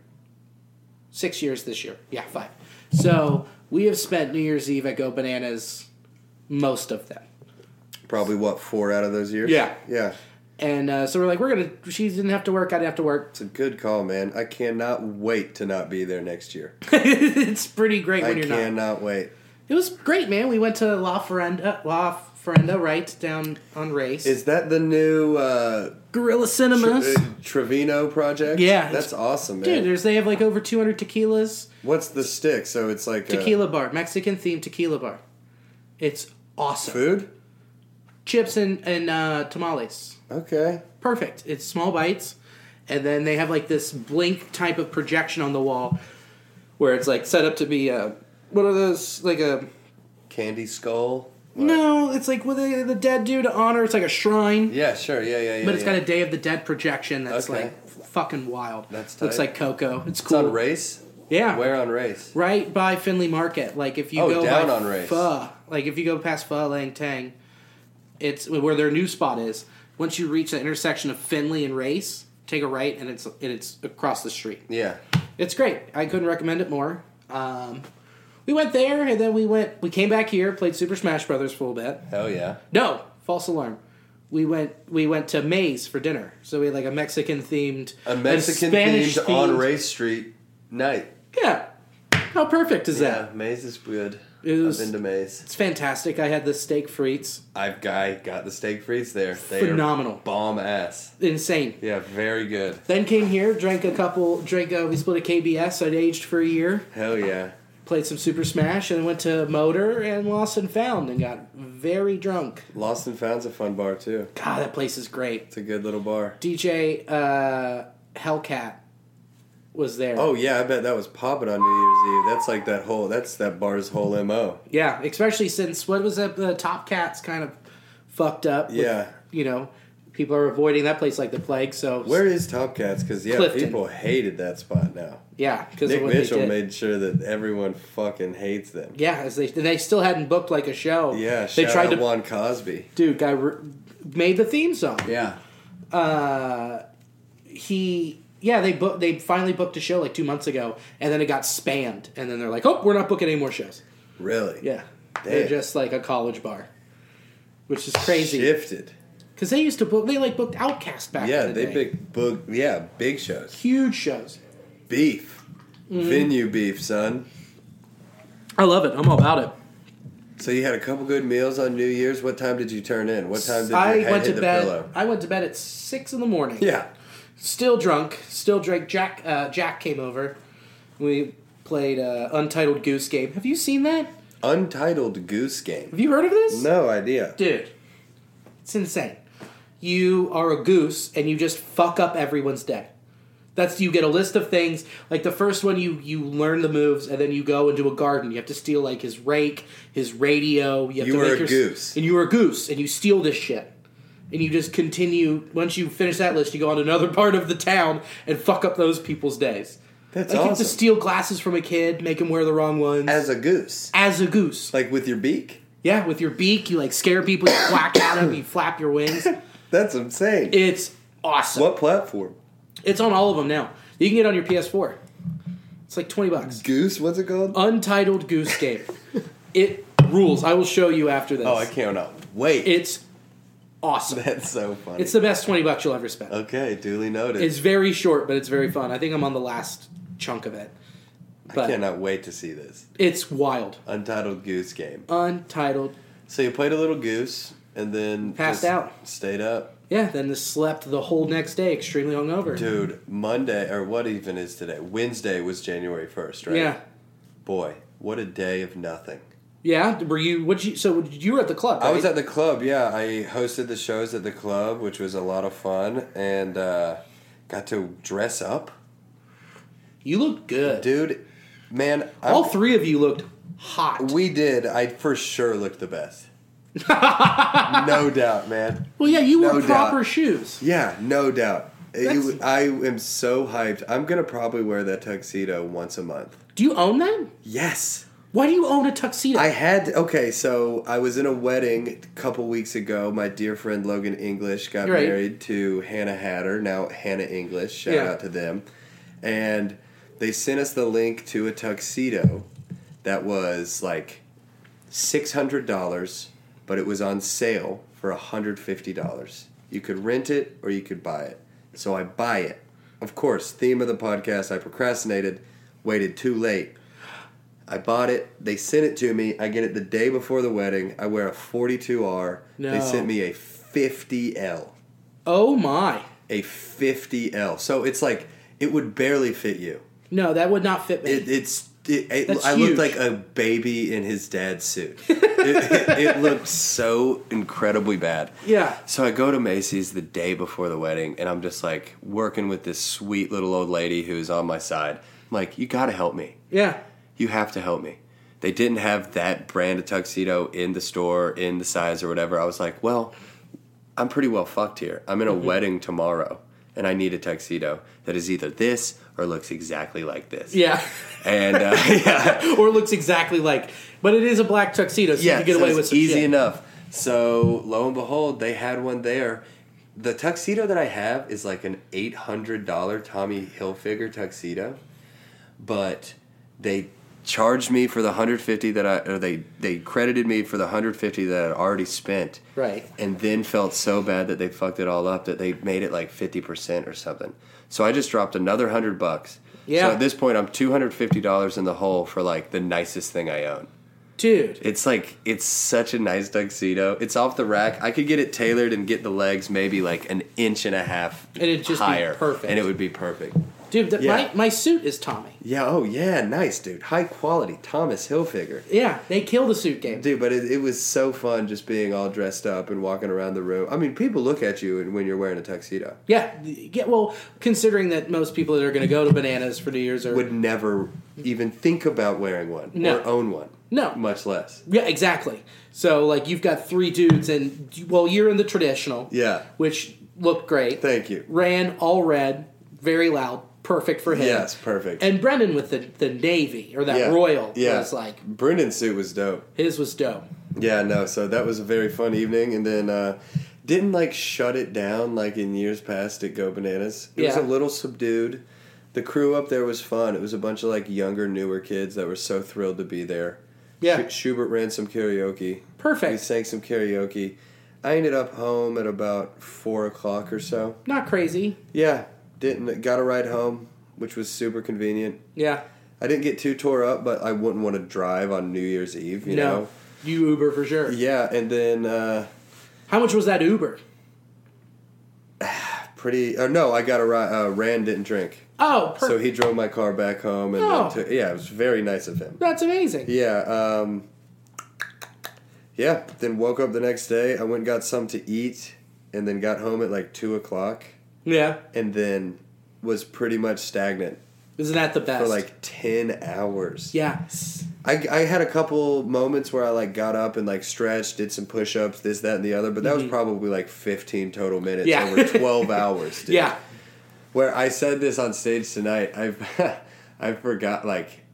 S1: six years this year. Yeah, five. So we have spent New Year's Eve at Go Bananas, most of them.
S2: Probably what four out of those years.
S1: Yeah.
S2: Yeah.
S1: And uh, so we're like, we're gonna. She didn't have to work. I didn't have to work.
S2: It's a good call, man. I cannot wait to not be there next year.
S1: it's pretty great
S2: I
S1: when you're
S2: cannot
S1: not.
S2: wait.
S1: It was great, man. We went to La Ferenda, La Ferenda, right down on Race.
S2: Is that the new uh,
S1: Gorilla
S2: Tre-
S1: Cinemas,
S2: uh, Trevino project?
S1: Yeah.
S2: that's awesome, man.
S1: dude. There's they have like over 200 tequilas.
S2: What's the stick? So it's like uh,
S1: Tequila bar, Mexican themed tequila bar. It's awesome.
S2: food.
S1: Chips and and uh, tamales.
S2: Okay.
S1: perfect. It's small bites, and then they have like this blink type of projection on the wall, where it's like set up to be a what are those like a
S2: Candy skull.
S1: no, it's like what they, the dead do to honor. It's like a shrine,
S2: Yeah, sure. Yeah, yeah, yeah.
S1: but it's
S2: yeah.
S1: got a Day of the Dead projection that's
S2: Okay.
S1: like f- fucking wild.
S2: That's
S1: looks
S2: tight.
S1: like Coco. It's
S2: It's
S1: cool.
S2: on race.
S1: Yeah.
S2: Where on race?
S1: Right by Finley Market, like if you
S2: Oh,
S1: go
S2: down
S1: by
S2: on Race.
S1: Pho, like if you go past Pho Lang Tang, it's where their new spot is. Once you reach the intersection of Finley and Race, take a right, and it's and it's across the street.
S2: Yeah.
S1: It's great. I couldn't recommend it more. Um, we went there, and then we went. We came back here, played Super Smash Brothers for a little bit.
S2: Hell yeah.
S1: No, false alarm. We went. We went to Maze for dinner. So we had like a Mexican themed,
S2: A Mexican
S1: Spanish
S2: themed on race street night.
S1: Yeah. How perfect is
S2: Yeah,
S1: that?
S2: maze is good.
S1: It was-
S2: I've been to maze.
S1: It's fantastic. I had the steak frites.
S2: I've guy got the steak freeze there. They
S1: Phenomenal.
S2: Are bomb ass.
S1: Insane.
S2: Yeah, very good.
S1: Then came here, drank a couple. Drank. Uh, we split a KBS. I'd aged for a year.
S2: Hell yeah.
S1: Played some Super Smash, and went to Motor and Lost and Found, and got very drunk.
S2: Lost and Found's a fun bar too.
S1: God, that place is great.
S2: It's a good little bar.
S1: DJ uh, Hellcat was there.
S2: Oh yeah, I bet that was popping on New Year's Eve. That's like that whole. That's that bar's whole mo.
S1: yeah, especially since what was that? The Top Cat's kind of fucked up. with,
S2: Yeah.
S1: you know, people are avoiding that place like the plague. So
S2: Where is Top Cats? Because yeah,
S1: Clifton.
S2: people hated that spot now.
S1: yeah, because
S2: Nick
S1: of what they
S2: Mitchell
S1: did.
S2: made sure that everyone fucking hates them. Yeah,
S1: yeah, as they and they still hadn't booked like a show. they
S2: shout
S1: tried to
S2: out Juan Cosby.
S1: dude guy re- made the theme song. Uh,
S2: Yeah,
S1: He yeah they booked they finally booked a show like two months ago, and then it got spammed, and then they're like, oh, we're not booking any more shows.
S2: really.
S1: Yeah, they're
S2: Damn.
S1: just like a college bar, which is crazy.
S2: Shifted.
S1: Because they used to book, they like booked Outcast back.
S2: Yeah,
S1: in the
S2: they
S1: day.
S2: big book. Yeah, big shows.
S1: huge shows.
S2: Beef,
S1: Mm-hmm.
S2: venue beef, son.
S1: I love it. I'm all about it.
S2: So you had a couple good meals on New Year's. What time did you turn in? What time did your
S1: I
S2: head
S1: went
S2: hit
S1: to
S2: the
S1: bed.
S2: pillow?
S1: I went to bed at six in the morning.
S2: Yeah,
S1: still drunk, still drunk. Jack, uh, Jack came over. We played uh, Untitled Goose Game. Have you seen that?
S2: Untitled Goose Game.
S1: Have you heard of this?
S2: No idea.
S1: dude, it's insane. you are a goose and you just fuck up everyone's day. That's you get a list of things. Like the first one, you you learn the moves, and then you go into a garden. You have to steal like his rake, his radio. You, have
S2: You
S1: to
S2: were
S1: make
S2: a
S1: your,
S2: goose.
S1: and you were a goose, and you steal this shit. And you just continue. Once you finish that list, you go on to another part of the town and fuck up those people's days.
S2: That's
S1: like you have to
S2: awesome.
S1: steal glasses from a kid, make him wear the wrong ones
S2: As a goose,
S1: as a goose.
S2: like with your beak.
S1: Yeah, with your beak, you like scare people, you quack at them, you flap your wings.
S2: That's insane.
S1: It's awesome.
S2: what platform?
S1: It's on all of them now. You can get it on your PS4. It's like twenty bucks.
S2: Goose? What's it called?
S1: Oh, Untitled Goose Game. it rules. I will show you after this.
S2: oh, I cannot wait.
S1: It's awesome.
S2: That's so funny.
S1: It's the best twenty bucks you'll ever spend.
S2: okay, duly noted.
S1: It's very short, but it's very fun. I think I'm on the last chunk of it.
S2: I
S1: But
S2: cannot wait to see this
S1: it's wild.
S2: Untitled Goose Game.
S1: Untitled.
S2: So you played a little goose and then
S1: Passed
S2: just
S1: out.
S2: stayed up,
S1: Yeah, then this slept the whole next day, extremely hungover.
S2: dude. Monday or what even is today? Wednesday was January first, right?
S1: Yeah.
S2: Boy, what a day of nothing.
S1: Yeah, were you? What you? So you were at the club?
S2: I was
S1: right?
S2: at the club. Yeah, I hosted the shows at the club, which was a lot of fun, and uh, got to dress up,
S1: You looked good.
S2: dude. Man, I'm-
S1: All three of you looked hot.
S2: We did. I for sure looked the best. no doubt, man.
S1: well, yeah, you wore
S2: No
S1: proper
S2: doubt.
S1: shoes.
S2: Yeah, no doubt. It-
S1: That's-
S2: it- I am so hyped. I'm gonna probably wear that tuxedo once a month.
S1: Do you own them?
S2: Yes.
S1: Why do you own a tuxedo?
S2: I had okay, so I was in a wedding a couple weeks ago. My dear friend Logan English got
S1: Right.
S2: married to Hannah Hatter, now Hannah English. Shout
S1: Yeah.
S2: out to them. And they sent us the link to a tuxedo that was like six hundred dollars, but it was on sale for hundred fifty dollars. You could rent it or you could buy it. So I buy it. Of course, theme of the podcast. I procrastinated, waited too late. I bought it. They sent it to me. I get it the day before the wedding. I wear a 42R. They
S1: No.
S2: sent me a 50L.
S1: oh my!
S2: A 50L. So it's like it would barely fit you.
S1: No, that would not fit me.
S2: It, it's it, it-
S1: That's
S2: I
S1: huge.
S2: looked like a baby in his dad's suit. it, it, it looked so incredibly bad.
S1: yeah,
S2: So I go to Macy's the day before the wedding, and I'm just like working with this sweet little old lady who's on my side. I'm like, you gotta help me
S1: yeah.
S2: you have to help me. They didn't have that brand of tuxedo in the store, in the size or whatever. I was like, well, I'm pretty well fucked here. I'm in a
S1: Mm-hmm.
S2: wedding tomorrow, and I need a tuxedo that is either this or looks exactly like this.
S1: Yeah,
S2: And uh, yeah,
S1: or looks exactly like, but it is a black tuxedo, so
S2: yeah,
S1: you can get
S2: so
S1: away
S2: it's
S1: with some
S2: easy
S1: shit.
S2: enough. So lo and behold, they had one there. The tuxedo that I have is like an eight hundred dollar Tommy Hilfiger tuxedo, but they charged me for the hundred fifty that I or they they credited me for the hundred fifty that I'd already spent.
S1: Right.
S2: And then felt so bad that they fucked it all up that they made it like fifty percent or something. So I just dropped another hundred bucks.
S1: Yeah.
S2: So at this point, I'm two hundred fifty dollars in the hole for like the nicest thing I own.
S1: dude.
S2: It's like it's such a nice tuxedo. It's off the rack. I could get it tailored and get the legs maybe like an inch and a half
S1: And it'd just be
S2: higher,
S1: perfect.
S2: and it would be perfect.
S1: Dude, that,
S2: Yeah.
S1: my my suit is Tommy.
S2: Yeah. Oh yeah. Nice, dude. High quality. Thomas Hilfiger.
S1: Yeah, they kill the suit game.
S2: Dude, but it, it was so fun just being all dressed up and walking around the room. I mean, people look at you when you're wearing a tuxedo.
S1: Yeah, yeah. Well, considering that most people that are going to go to bananas for New Year's are
S2: Would never even think about wearing one
S1: No.
S2: or own one.
S1: No.
S2: Much less.
S1: Yeah, exactly. So like you've got three dudes, and well, you're in the traditional.
S2: Yeah.
S1: which looked great.
S2: Thank you.
S1: Ran all red, very loud, perfect for him.
S2: Yes, perfect.
S1: And Brendan with the the navy or that
S2: Yeah.
S1: royal
S2: Yeah.
S1: was like
S2: Brendan's suit was dope.
S1: his was dope.
S2: Yeah, no. So that was a very fun evening, and then uh, didn't like shut it down like in years past at Go Bananas. It was
S1: Yeah.
S2: a little subdued. The crew up there was fun. It was a bunch of like younger, newer kids that were so thrilled to be there.
S1: Yeah.
S2: Sch- Schubert ran some karaoke.
S1: Perfect.
S2: We sang some karaoke. I ended up home at about four o'clock or so.
S1: Not crazy.
S2: Yeah, didn't got a ride home, which was super convenient.
S1: Yeah.
S2: I didn't get too tore up, but I wouldn't want to drive on New Year's Eve. You
S1: no.
S2: know.
S1: You Uber for sure.
S2: Yeah, and then. Uh,
S1: How much was that Uber?
S2: pretty. Uh, no, I got a ride. Uh, Rand didn't drink,
S1: Oh, perfect.
S2: so he drove my car back home, and then
S1: Oh.
S2: took- yeah, it was very nice of him.
S1: That's amazing.
S2: Yeah. Um, yeah. Then woke up the next day. I went and got something to eat and then got home at like two o'clock,
S1: Yeah.
S2: and then was pretty much stagnant
S1: Isn't that the best?
S2: for like ten hours.
S1: yeah.
S2: I, I had a couple moments where I like got up and like stretched, did some push ups, this, that, and the other, but that was probably like 15 total minutes
S1: Mm-hmm. Yeah.
S2: over 12 hours. Dude.
S1: Yeah.
S2: Where I said this on stage tonight, I I forgot like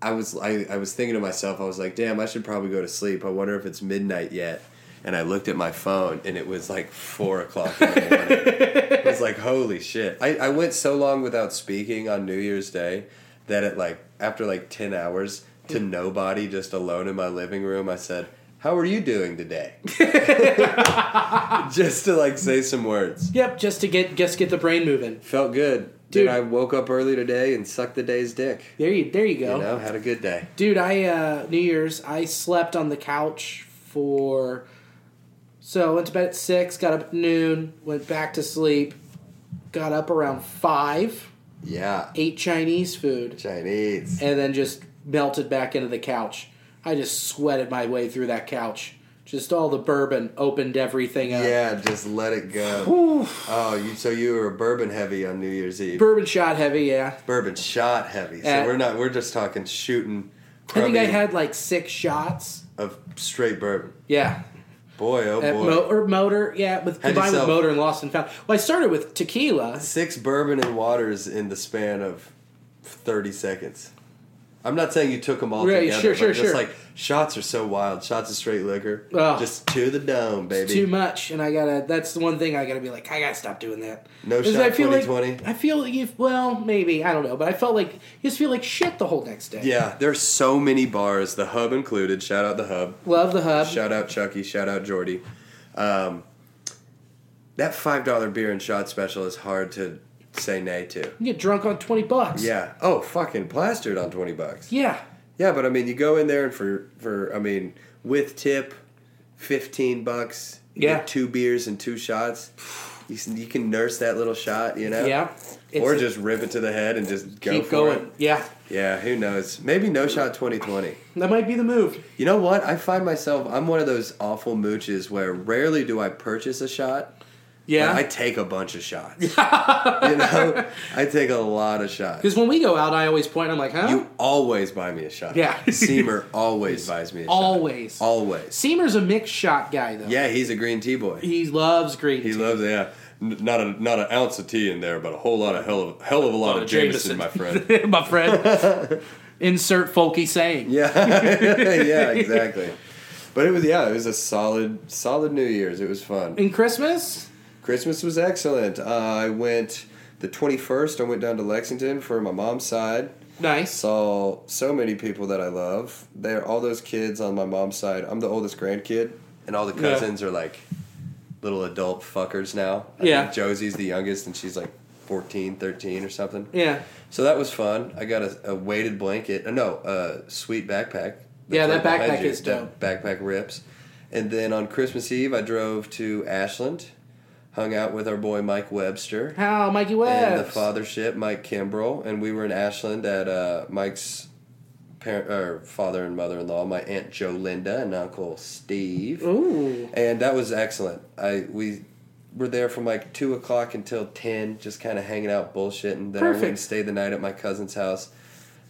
S2: I was I, I was thinking to myself, I was like, damn, I should probably go to sleep. I wonder if it's midnight yet. And I looked at my phone and it was like four o'clock in the morning. I was like, holy shit. I, I went so long without speaking on New Year's Day that at like after like ten hours to nobody just alone in my living room, I said, How are you doing today? just to like say some words.
S1: Yep. Just to get just get the brain moving.
S2: Felt good.
S1: Dude.
S2: Dude, I woke up early today and sucked the day's dick.
S1: There you there you go.
S2: You know, had a good day.
S1: Dude, I uh New Year's I slept on the couch for so I went to bed at six, got up at noon, went back to sleep, got up around five,
S2: Yeah.
S1: ate Chinese food,
S2: Chinese.
S1: and then just melted back into the couch. I just sweated my way through that couch. Just all the bourbon opened everything up.
S2: Yeah, just let it go. Oh, you so you were bourbon heavy on New Year's Eve.
S1: Bourbon shot heavy, yeah.
S2: bourbon shot heavy. So
S1: Uh,
S2: we're not we're just talking shooting
S1: I think I
S2: crummy
S1: had like six shots.
S2: of straight bourbon.
S1: Yeah.
S2: Boy, oh
S1: At
S2: boy.
S1: mo- or motor, yeah, with
S2: Had
S1: combined with
S2: yourself-
S1: motor and lost and found. Well, I started with tequila.
S2: Six bourbon and waters in the span of 30 seconds. I'm not saying you took them all
S1: Right,
S2: together,
S1: sure,
S2: but
S1: sure,
S2: just
S1: sure.
S2: like shots are so wild. Shots of straight liquor.
S1: Ugh.
S2: Just to the dome, baby.
S1: too much, and I gotta. That's the one thing I gotta be like. I gotta stop doing that.
S2: No
S1: 'Cause
S2: shot
S1: I feel
S2: 2020?
S1: Like, I feel like you. Well, maybe I don't know, but I felt like you just feel like shit the whole next day.
S2: Yeah, there's so many bars, the hub included. Shout out the hub.
S1: Love the hub.
S2: Shout out Chucky. Shout out Jordy. Um, that five dollar beer and shot special is hard to say nay to.
S1: You get drunk on twenty bucks.
S2: Yeah. Oh, fucking plastered on twenty bucks.
S1: Yeah.
S2: Yeah, but I mean, you go in there and for for I mean, with tip, fifteen bucks. you
S1: Yeah.
S2: get two beers and two shots. You, s- you can nurse that little shot, you know.
S1: Yeah. It's-
S2: or just rip it to the head and just go
S1: keep
S2: for
S1: going.
S2: it.
S1: Yeah.
S2: Yeah. Who knows? Maybe no shot twenty twenty.
S1: That might be the move.
S2: You know what? I find myself I'm one of those awful mooches where rarely do I purchase a shot.
S1: Yeah.
S2: But I take a bunch of shots. you know? I take a lot of shots.
S1: Because when we go out, I always point. I'm like, huh?
S2: You always buy me a shot.
S1: Yeah.
S2: Seamer always buys me a
S1: Always.
S2: shot. Always.
S1: Seamer's a mixed shot guy though.
S2: Yeah, he's a green tea boy.
S1: He loves green.
S2: He
S1: tea.
S2: loves yeah. N- Not a not an ounce of tea in there, but a whole lot of hell of hell of a lot of Jameson, my friend.
S1: my friend. Insert folky saying.
S2: Yeah, yeah, exactly. But it was yeah, it was a solid solid New Year's. It was fun.
S1: In Christmas,
S2: Christmas was excellent. Uh, I went the 21st. I went down to Lexington for my mom's side.
S1: nice.
S2: Saw so many people that I love. They're all those kids on my mom's side. I'm the oldest grandkid, and all the
S1: Yeah.
S2: cousins are like little adult fuckers now. I
S1: Yeah.
S2: think Josie's the youngest, and she's like 14, 13 or something.
S1: Yeah.
S2: So that was fun. I got a, a weighted blanket. uh, No, a sweet backpack.
S1: Yeah, that
S2: Right behind
S1: backpack
S2: you.
S1: is
S2: That backpack rips. And then on Christmas Eve, I drove to Ashland, hung out with our boy Mike Webster
S1: How Mikey Webb.
S2: and the fathership, Mike Kimbrell, and we were in Ashland at uh, Mike's parent or father and mother in law, my aunt Jo Linda and Uncle Steve.
S1: Ooh.
S2: And that was excellent. I we were there from like two o'clock until ten, just kind of hanging out, bullshitting. Then I went
S1: Perfect.
S2: and stayed the night at my cousin's house.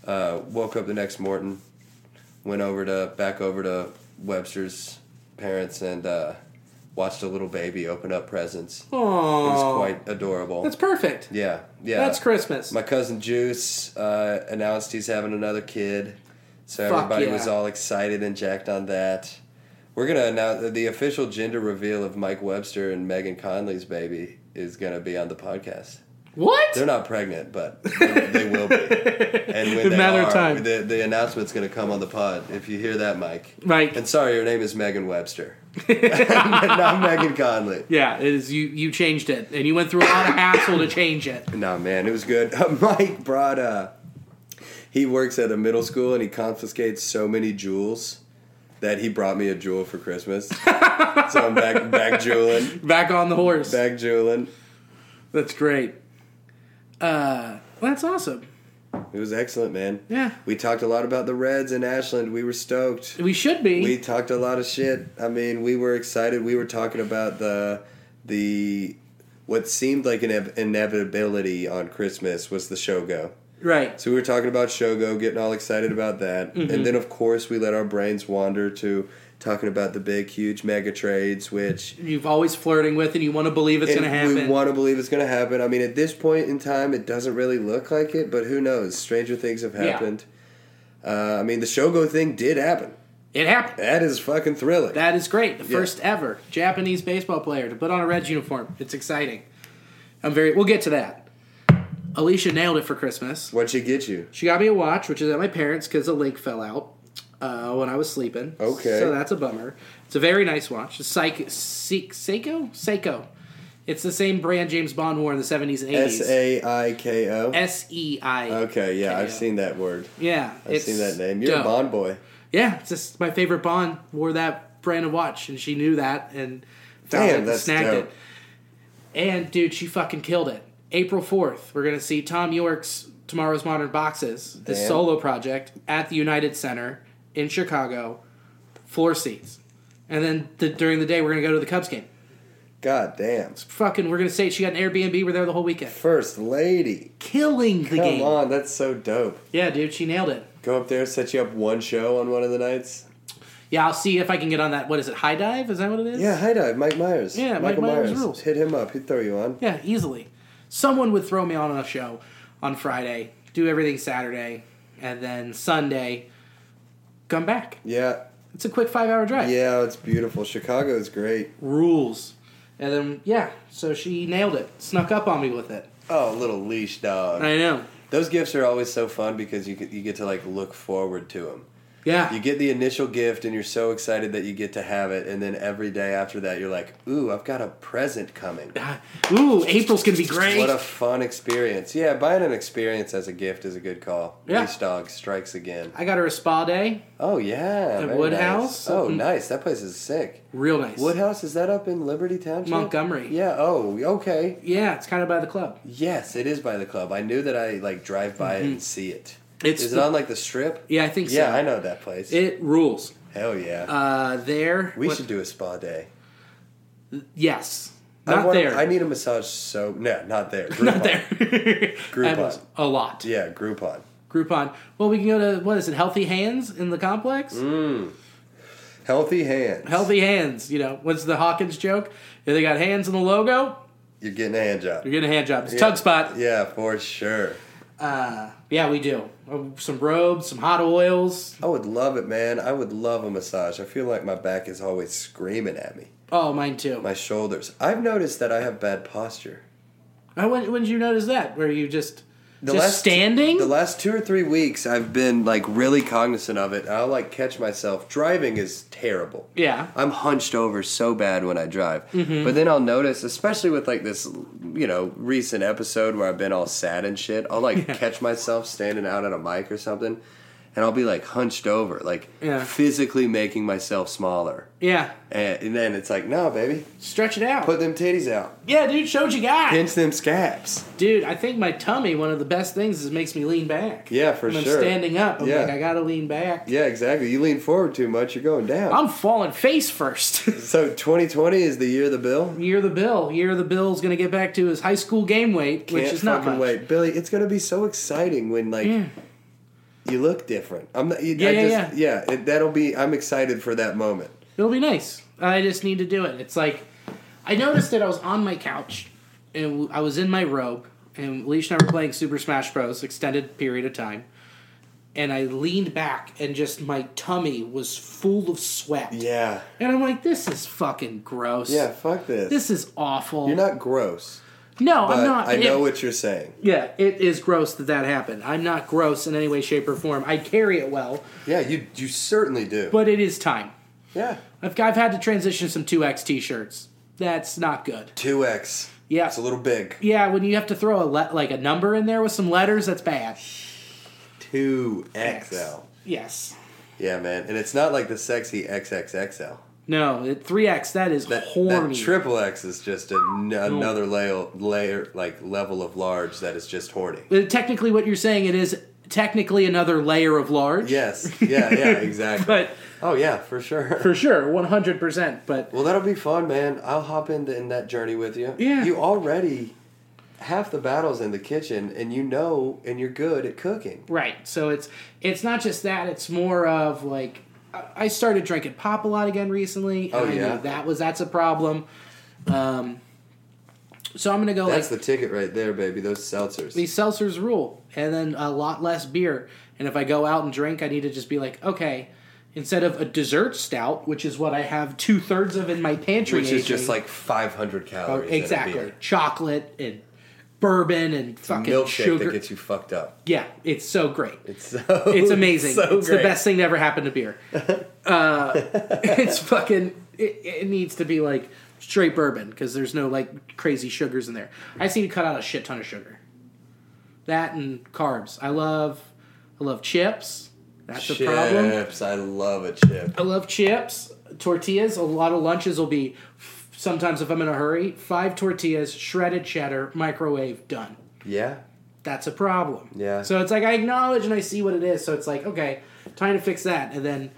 S2: Uh, woke up the next morning, went over to back over to Webster's parents and uh, watched a little baby open up presents. It was
S1: Aw.
S2: quite adorable.
S1: That's perfect.
S2: Yeah, yeah.
S1: That's Christmas.
S2: My cousin Juice uh, announced he's having another kid, so
S1: Fuck
S2: everybody
S1: yeah.
S2: was all excited and jacked on that. We're gonna announce the official gender reveal of Mike Webster and Megan Conley's baby is gonna be on the podcast.
S1: what?
S2: They're not pregnant, but they, they will be. And when
S1: In
S2: they
S1: matter of
S2: are,
S1: time.
S2: the, the announcement's gonna come on the pod. If you hear that, Mike.
S1: Mike.
S2: And sorry, your name is Megan Webster, not Megan Conley.
S1: yeah, it is you you changed it and you went through a lot of hassle to change it.
S2: No, man, it was good. Mike brought uh he works at a middle school and he confiscates so many jewels that he brought me a jewel for Christmas. so I'm back back jeweling.
S1: Back on the horse.
S2: Back jeweling.
S1: That's great. Uh well, that's awesome.
S2: It was excellent, man.
S1: Yeah.
S2: We talked a lot about the Reds in Ashland. We were stoked.
S1: We should be.
S2: We talked a lot of shit. I mean, we were excited. We were talking about the the what seemed like an ev- inevitability on Christmas was the Shogo.
S1: right.
S2: So we were talking about Shogo, getting all excited about that,
S1: Mm-hmm.
S2: and then of course we let our brains wander to talking about the big, huge mega trades, which
S1: You've always flirting with, and you want to believe it's going to
S2: and
S1: happen.
S2: we want to believe it's going to happen. I mean, at this point in time, it doesn't really look like it, but who knows? Stranger things have
S1: Yeah.
S2: happened. Uh, I mean, the Shogo thing did happen.
S1: it happened.
S2: That is fucking thrilling.
S1: That is great. The
S2: Yeah.
S1: first ever Japanese baseball player to put on a Reds uniform. It's exciting. I'm very. We'll get to that. Alicia nailed it for Christmas.
S2: What'd she get you?
S1: She got me a watch, which is at my parents' because the link fell out uh, when I was sleeping.
S2: Okay.
S1: So that's a bummer. It's a very nice watch. It's Seiko. Seiko. Seiko. It's the same brand James Bond wore in the 70s and 80s.
S2: S A I K O.
S1: S E I.
S2: Okay, yeah, I've
S1: K O.
S2: seen that word.
S1: Yeah,
S2: I've seen that name. You're
S1: dope.
S2: a Bond boy.
S1: Yeah, it's just my favorite Bond wore that brand of watch, and she knew that and found
S2: Damn,
S1: it and
S2: that's
S1: snagged
S2: dope.
S1: it. And dude, she fucking killed it. April fourth, we're gonna see Tom York's Tomorrow's Modern Boxes, his
S2: Damn.
S1: solo project at the United Center in Chicago, floor seats. And then the, during the day, we're gonna go to the Cubs game.
S2: God damn.
S1: Fucking, we're gonna say she got an Airbnb. We're there the whole weekend,
S2: First lady.
S1: killing the
S2: Come
S1: game.
S2: on, that's so dope.
S1: Yeah, dude, she nailed it.
S2: Go up there, set you up one show on one of the nights.
S1: Yeah, I'll see if I can get on that. What is it? High dive? Is that what it is?
S2: Yeah, high dive, Mike Myers.
S1: Yeah, Mike Myers rules.
S2: Hit him up. He'd throw you on.
S1: Yeah, easily. Someone would throw me on a show on Friday, do everything Saturday, and then Sunday, come back.
S2: Yeah,
S1: It's a quick five hour drive.
S2: yeah, it's beautiful. Chicago is great.
S1: Rules. And then, yeah, so she nailed it. Snuck up on me with it.
S2: Oh, little leash dog.
S1: I know.
S2: Those gifts are always so fun because you get- you get to like look forward to them.
S1: Yeah.
S2: You get the initial gift and you're so excited that you get to have it, and then every day after that you're like, "Ooh, I've got a present coming."
S1: Ooh, April's going to be great.
S2: What a fun experience! Yeah, buying an experience as a gift is a good call.
S1: Yeah.
S2: Leash dog strikes again.
S1: I got her a spa day.
S2: Oh yeah,
S1: At
S2: very
S1: Woodhouse?
S2: Nice. Oh,
S1: Mm.
S2: nice. That place is sick.
S1: Real nice.
S2: Woodhouse is that up in Liberty Township?
S1: Montgomery.
S2: Yeah. Oh, okay.
S1: Yeah, it's kind of by the club.
S2: Yes, it is by the club. I knew that I like drive by it and see it.
S1: Mm-hmm. It's
S2: is
S1: the-
S2: it on like the strip?
S1: Yeah, I think so.
S2: Yeah, I know that place.
S1: It rules.
S2: Hell yeah.
S1: Uh, there.
S2: we
S1: what-
S2: should do a spa day.
S1: Yes.
S2: I
S1: Not
S2: want-
S1: there.
S2: I need a massage so no, not there. Groupon.
S1: Not there. Groupon. A lot.
S2: Yeah, Groupon.
S1: Groupon. Well, we can go to what is it? Healthy Hands in the complex.
S2: Mm. Healthy hands.
S1: Healthy Hands. You know, what's the Hawkins joke? If they got hands in the logo,
S2: You're getting a hand job.
S1: you're getting a hand job. It's Tug Spot.
S2: Yeah, for sure.
S1: Yeah, we do. Um, Some robes, some hot oils.
S2: I would love it, man. I would love a massage. I feel like my back is always screaming at me.
S1: Oh, mine too.
S2: My shoulders. I've noticed that I have bad posture.
S1: Oh, when, when did you notice that? Where you just
S2: the
S1: just
S2: last
S1: standing?
S2: the last two or three weeks i've been like really cognizant of it and i'll like catch myself driving is terrible
S1: yeah. Mm-hmm.
S2: i'm hunched over so bad when i drive but then i'll notice especially with like this you know recent episode where i've been all sad and shit i'll like catch myself standing out at a mic or something and i'll be like hunched over like
S1: Yeah.
S2: physically making myself smaller
S1: Yeah.
S2: and, and then it's like no baby
S1: Stretch it out.
S2: put them titties out
S1: yeah, dude, showed you guys.
S2: pinch them scabs
S1: Dude, I think my tummy, one of the best things is it makes me lean back.
S2: Yeah, for
S1: when
S2: sure.
S1: I'm standing up, I'm
S2: Yeah.
S1: like, I gotta lean back.
S2: yeah exactly you lean forward too much you're going down
S1: I'm falling face first.
S2: So 2020 is the year of the bill.
S1: Year the Bill. Year the Bill's going to get back to his high school game weight, which
S2: Can't
S1: is not
S2: fucking
S1: much.
S2: wait, Billy. It's gonna be so exciting when like you look different. I'm not. You,
S1: Yeah,
S2: I
S1: yeah,
S2: just, yeah. it, that'll be. I'm excited for that moment.
S1: It'll be nice. I just need to do it. It's like I noticed that I was on my couch and I was in my robe, and Leash and I were playing Super Smash Bros. extended period of time, and I leaned back and just my tummy was full of sweat.
S2: Yeah.
S1: And I'm like, this is fucking gross.
S2: Yeah. Fuck this.
S1: This is awful.
S2: You're not gross,
S1: No,
S2: but
S1: I'm not.
S2: I know
S1: It-
S2: what you're saying.
S1: Yeah, it is gross that that happened. I'm not gross in any way, shape, or form. I carry it well,
S2: Yeah. You you certainly do.
S1: but it is time.
S2: yeah.
S1: I've, I've had to transition some 2X t shirts. That's not good.
S2: Two X.
S1: Yeah.
S2: It's a little big.
S1: Yeah, when you have to throw a le- like a number in there with some letters, that's bad.
S2: Two XL.
S1: Yes.
S2: Yeah, man. And it's not like the sexy XXXL.
S1: No, three X. That is
S2: That, that
S1: horny.
S2: triple X is just an, another layer, layer, like level of large that is just horny.
S1: Uh, Technically, what you're saying it is technically another layer of large.
S2: Yes. Yeah. Yeah. Exactly.
S1: But-
S2: oh yeah, for sure.
S1: for sure, one hundred percent. But
S2: well, that'll be fun, man. I'll hop in, in that journey with you.
S1: Yeah.
S2: You already half the battles in the kitchen, and you know, and you're good at cooking.
S1: right, so it's it's not just that. It's more of like I I started drinking pop a lot again recently.
S2: Oh,
S1: and I knew
S2: yeah.
S1: that was that's a problem. Um, so I'm gonna go
S2: That's
S1: like
S2: the ticket right there, baby. Those seltzers.
S1: these seltzers rule, and then a lot less beer. And if I go out and drink, I need to just be like, okay, instead of a dessert stout, which is what I have two thirds of in my pantry,
S2: which is just
S1: usually-
S2: like 500
S1: Oh,
S2: calories. in a
S1: exactly
S2: beer.
S1: chocolate and bourbon and fucking
S2: Milkshake
S1: sugar.
S2: that gets you fucked up.
S1: yeah, it's so great.
S2: It's so.
S1: It's amazing.
S2: so
S1: it's
S2: great.
S1: the best thing to ever happen to beer. Uh, it's fucking. It, it needs to be like straight bourbon because there's no like crazy sugars in there. I just need to cut out a shit ton of sugar. That and carbs. I love. I love chips. That's a problem.
S2: Chips. I love a chip.
S1: I love chips, tortillas. A lot of lunches will be f- sometimes if I'm in a hurry, five tortillas, shredded cheddar, microwave, done.
S2: Yeah.
S1: That's a problem.
S2: Yeah.
S1: So it's like I acknowledge and I see what it is. So it's like okay, time to fix that. And then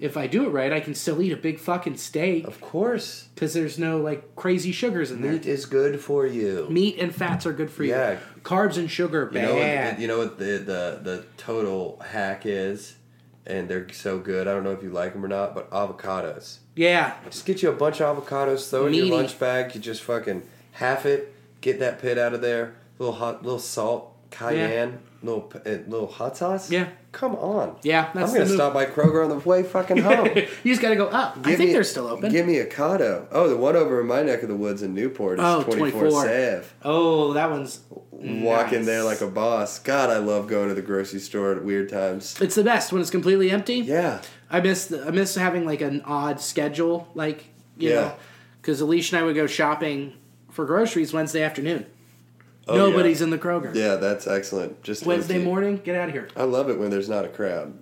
S1: if I do it right, I can still eat a big fucking steak
S2: Of course.
S1: because there's no like crazy sugars in there.
S2: Meat
S1: Meat,
S2: is good for you.
S1: and fats are good for
S2: Yeah.
S1: you. Carbs and sugar
S2: You know,
S1: bad.
S2: what, you know what the, the the total hack is, and they're so good. I don't know if you like them or not, but avocados.
S1: yeah.
S2: Just get you a bunch of avocados, throw it in
S1: Meaty.
S2: your lunch bag. You just fucking half it, get that pit out of there. Little hot, little salt, cayenne, little p- uh, little hot sauce.
S1: Yeah.
S2: come on.
S1: Yeah, that's
S2: I'm gonna
S1: the move.
S2: stop by Kroger on the way fucking home.
S1: you just got to go up. I think they're still open.
S2: Give me a Cotto. Oh, the one over in my neck of the woods in Newport is
S1: Oh,
S2: 24
S1: 24.
S2: Sav.
S1: oh, that one's
S2: Walk in there
S1: Nice.
S2: like a boss. God, I love going to the grocery store at weird times.
S1: it's the best when it's completely empty.
S2: Yeah.
S1: I miss the, I miss having like an odd schedule, like you
S2: Yeah.
S1: know, because Alicia and I would go shopping for groceries Wednesday afternoon.
S2: Oh,
S1: Nobody's
S2: yeah.
S1: in the Kroger.
S2: Yeah, that's excellent. Just
S1: Wednesday
S2: empty.
S1: morning, Mm. get out of here.
S2: I love it when there's not a crowd.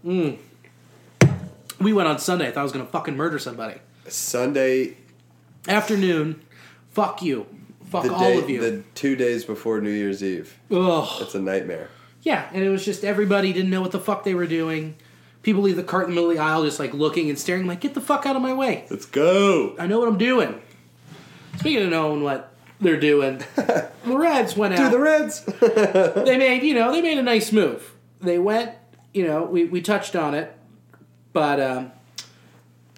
S1: We went on Sunday. I thought I was gonna fucking murder somebody.
S2: Sunday,
S1: Afternoon, fuck you, fuck
S2: the
S1: all
S2: day,
S1: of you.
S2: the two days before New Year's Eve.
S1: Ugh.
S2: It's a nightmare.
S1: Yeah, and it was just everybody didn't know what the fuck they were doing. People leave the cart in the middle of the aisle, just like looking and staring, like get the fuck out of my way.
S2: Let's go.
S1: I know what I'm doing. Speaking of knowing what they're doing, the Reds went out.
S2: To the Reds.
S1: they made you know they made a nice move. They went you know we, we touched on it, but um,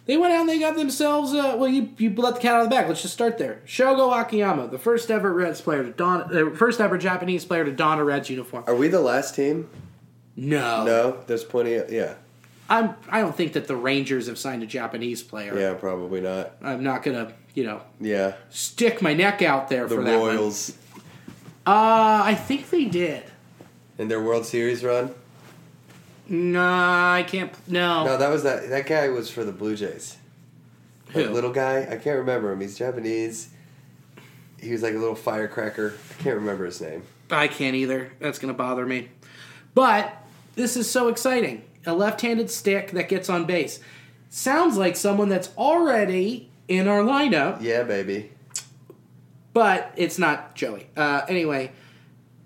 S1: they went out and they got themselves. Uh, well, you you let the cat out of the bag. Let's just start there. Shogo Akiyama, the first ever Reds player to don, the first ever Japanese player to don a Reds uniform.
S2: Are we the last team?
S1: No,
S2: No, there's plenty. Of, yeah,
S1: I'm. I don't think that the Rangers have signed a Japanese player.
S2: yeah, probably not.
S1: I'm not gonna you know
S2: Yeah,
S1: stick my neck out there
S2: the
S1: for that. one.
S2: Royals
S1: Uh, I think they did.
S2: in their World Series run.
S1: Nah, I can't. No,
S2: No, that was that. That guy was for the Blue Jays.
S1: Who?
S2: That little guy. I can't remember him. He's Japanese. He was like a little firecracker. I can't remember his name.
S1: I can't either. That's going to bother me. But this is so exciting. A left handed stick that gets on base. Sounds like someone that's already in our lineup,
S2: Yeah, baby.
S1: but it's not Joey. Uh, anyway,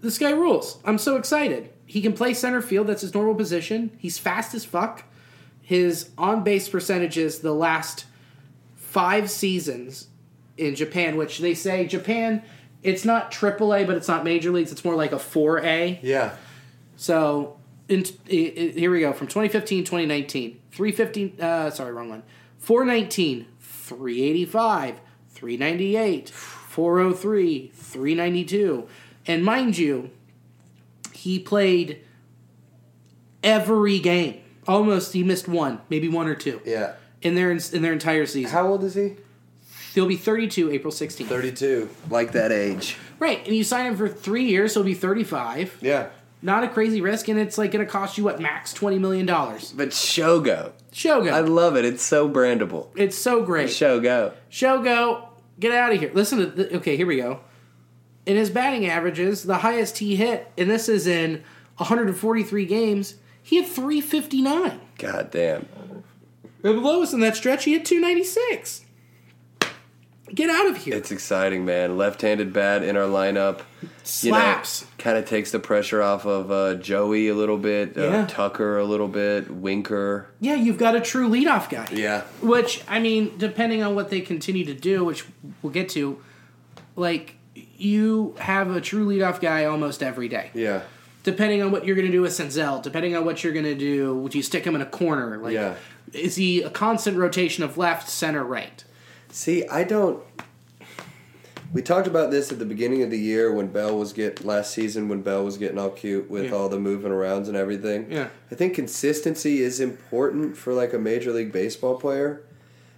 S1: this guy rules. I'm so excited. He can play center field, that's his normal position. He's fast as fuck. His on base percentages the last five seasons in Japan, which they say Japan, it's not AAA, but it's not major leagues. It's more like a 4A.
S2: Yeah.
S1: So in, i i- here we go from 2015 2019 315 uh, sorry wrong one 419 385 398 403 392 and mind you he played every game almost he missed one maybe one or two
S2: Yeah.
S1: in their in their entire season
S2: How old is he?
S1: he'll be 32 April 16th
S2: 32. Like that age.
S1: right and you sign him for 3 years he'll be 35
S2: Yeah.
S1: not a crazy risk, and it's like going to cost you what max twenty million dollars.
S4: But Shogo. I
S1: Shogo,
S4: love it. It's so brandable.
S1: it's so great.
S4: Shogo.
S1: Shogo, get out of here. Listen to th- okay, here we go. In his batting averages, the highest he hit, and this is in 143 games, he had 359.
S4: God damn.
S1: The lowest in that stretch, he hit 296. Get out of here.
S4: It's exciting, man. Left-handed bat in our lineup.
S1: Slaps.
S4: kind of takes the pressure off of uh, Joey a little bit, uh,
S1: Yeah.
S4: Tucker a little bit, Winker.
S1: yeah, you've got a true leadoff guy.
S2: Yeah.
S1: Which I mean, depending on what they continue to do, which we'll get to, like you have a true leadoff guy almost every day.
S2: Yeah.
S1: Depending on what you're going to do with Senzel, depending on what you're going to do, do you stick him in a corner? Like,
S2: Yeah.
S1: is he a constant rotation of left, center, right?
S2: See, I don't. We talked about this at the beginning of the year when Bell was get last season when Bell was getting all cute with
S1: Yeah.
S2: all the moving arounds and everything.
S1: Yeah.
S2: I think consistency is important for like a major league baseball player.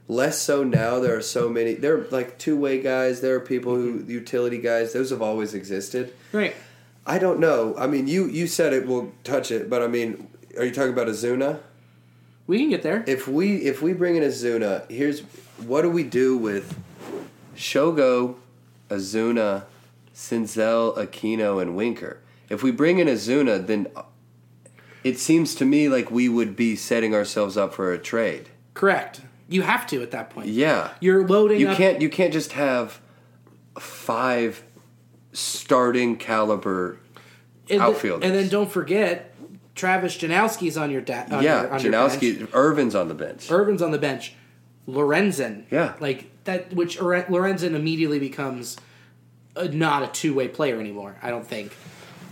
S2: Less so now. There are so many. There are like two way guys. There are people
S1: Mm-hmm.
S2: who utility guys. Those have always existed.
S1: Right.
S2: I don't know. I mean, you you said it. We'll touch it, but I mean, are you talking about Azuna?
S1: We can get there.
S2: If we if we bring in Azuna, here's what do we do with
S4: Shogo, Azuna, Sinzel, Aquino, and Winker. If we bring in Azuna, then it seems to me like we would be setting ourselves up for a trade.
S1: Correct. You have to at that point.
S4: Yeah.
S1: You're loading.
S4: You
S1: up-
S4: can't you can't just have five starting caliber
S1: and th-
S4: outfielders.
S1: and then don't forget, Travis Janowski's on your da- on
S4: yeah,
S1: your, on Your bench.
S4: Janowski Irvin's on the bench.
S1: Irvin's on the bench. Lorenzen.
S4: Yeah.
S1: Like that, which Ore- Lorenzen immediately becomes uh not a two way player anymore, I don't think.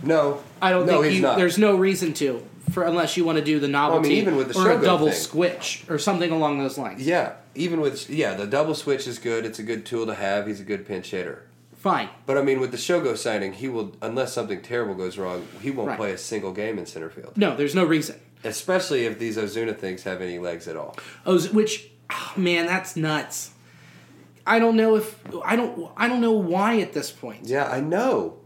S2: no?
S1: I don't
S2: no,
S1: think
S2: he's
S1: you,
S2: not.
S1: there's no reason to, for unless you want to do the novelty
S2: even with the
S1: or a
S2: Shogo
S1: double
S2: thing.
S1: squitch or something along those lines.
S2: Yeah, even with yeah, the double switch is good. It's a good tool to have. He's a good pinch hitter.
S1: Fine.
S2: But I mean, with the Shogo signing, he will unless something terrible goes wrong, he won't
S1: Right.
S2: play a single game in center field.
S1: No, there's no reason.
S2: Especially if these Ozuna things have any legs at all.
S1: Oh, is- which oh, man, that's nuts. I don't know if I don't I don't know why at this point.
S2: Yeah, I know.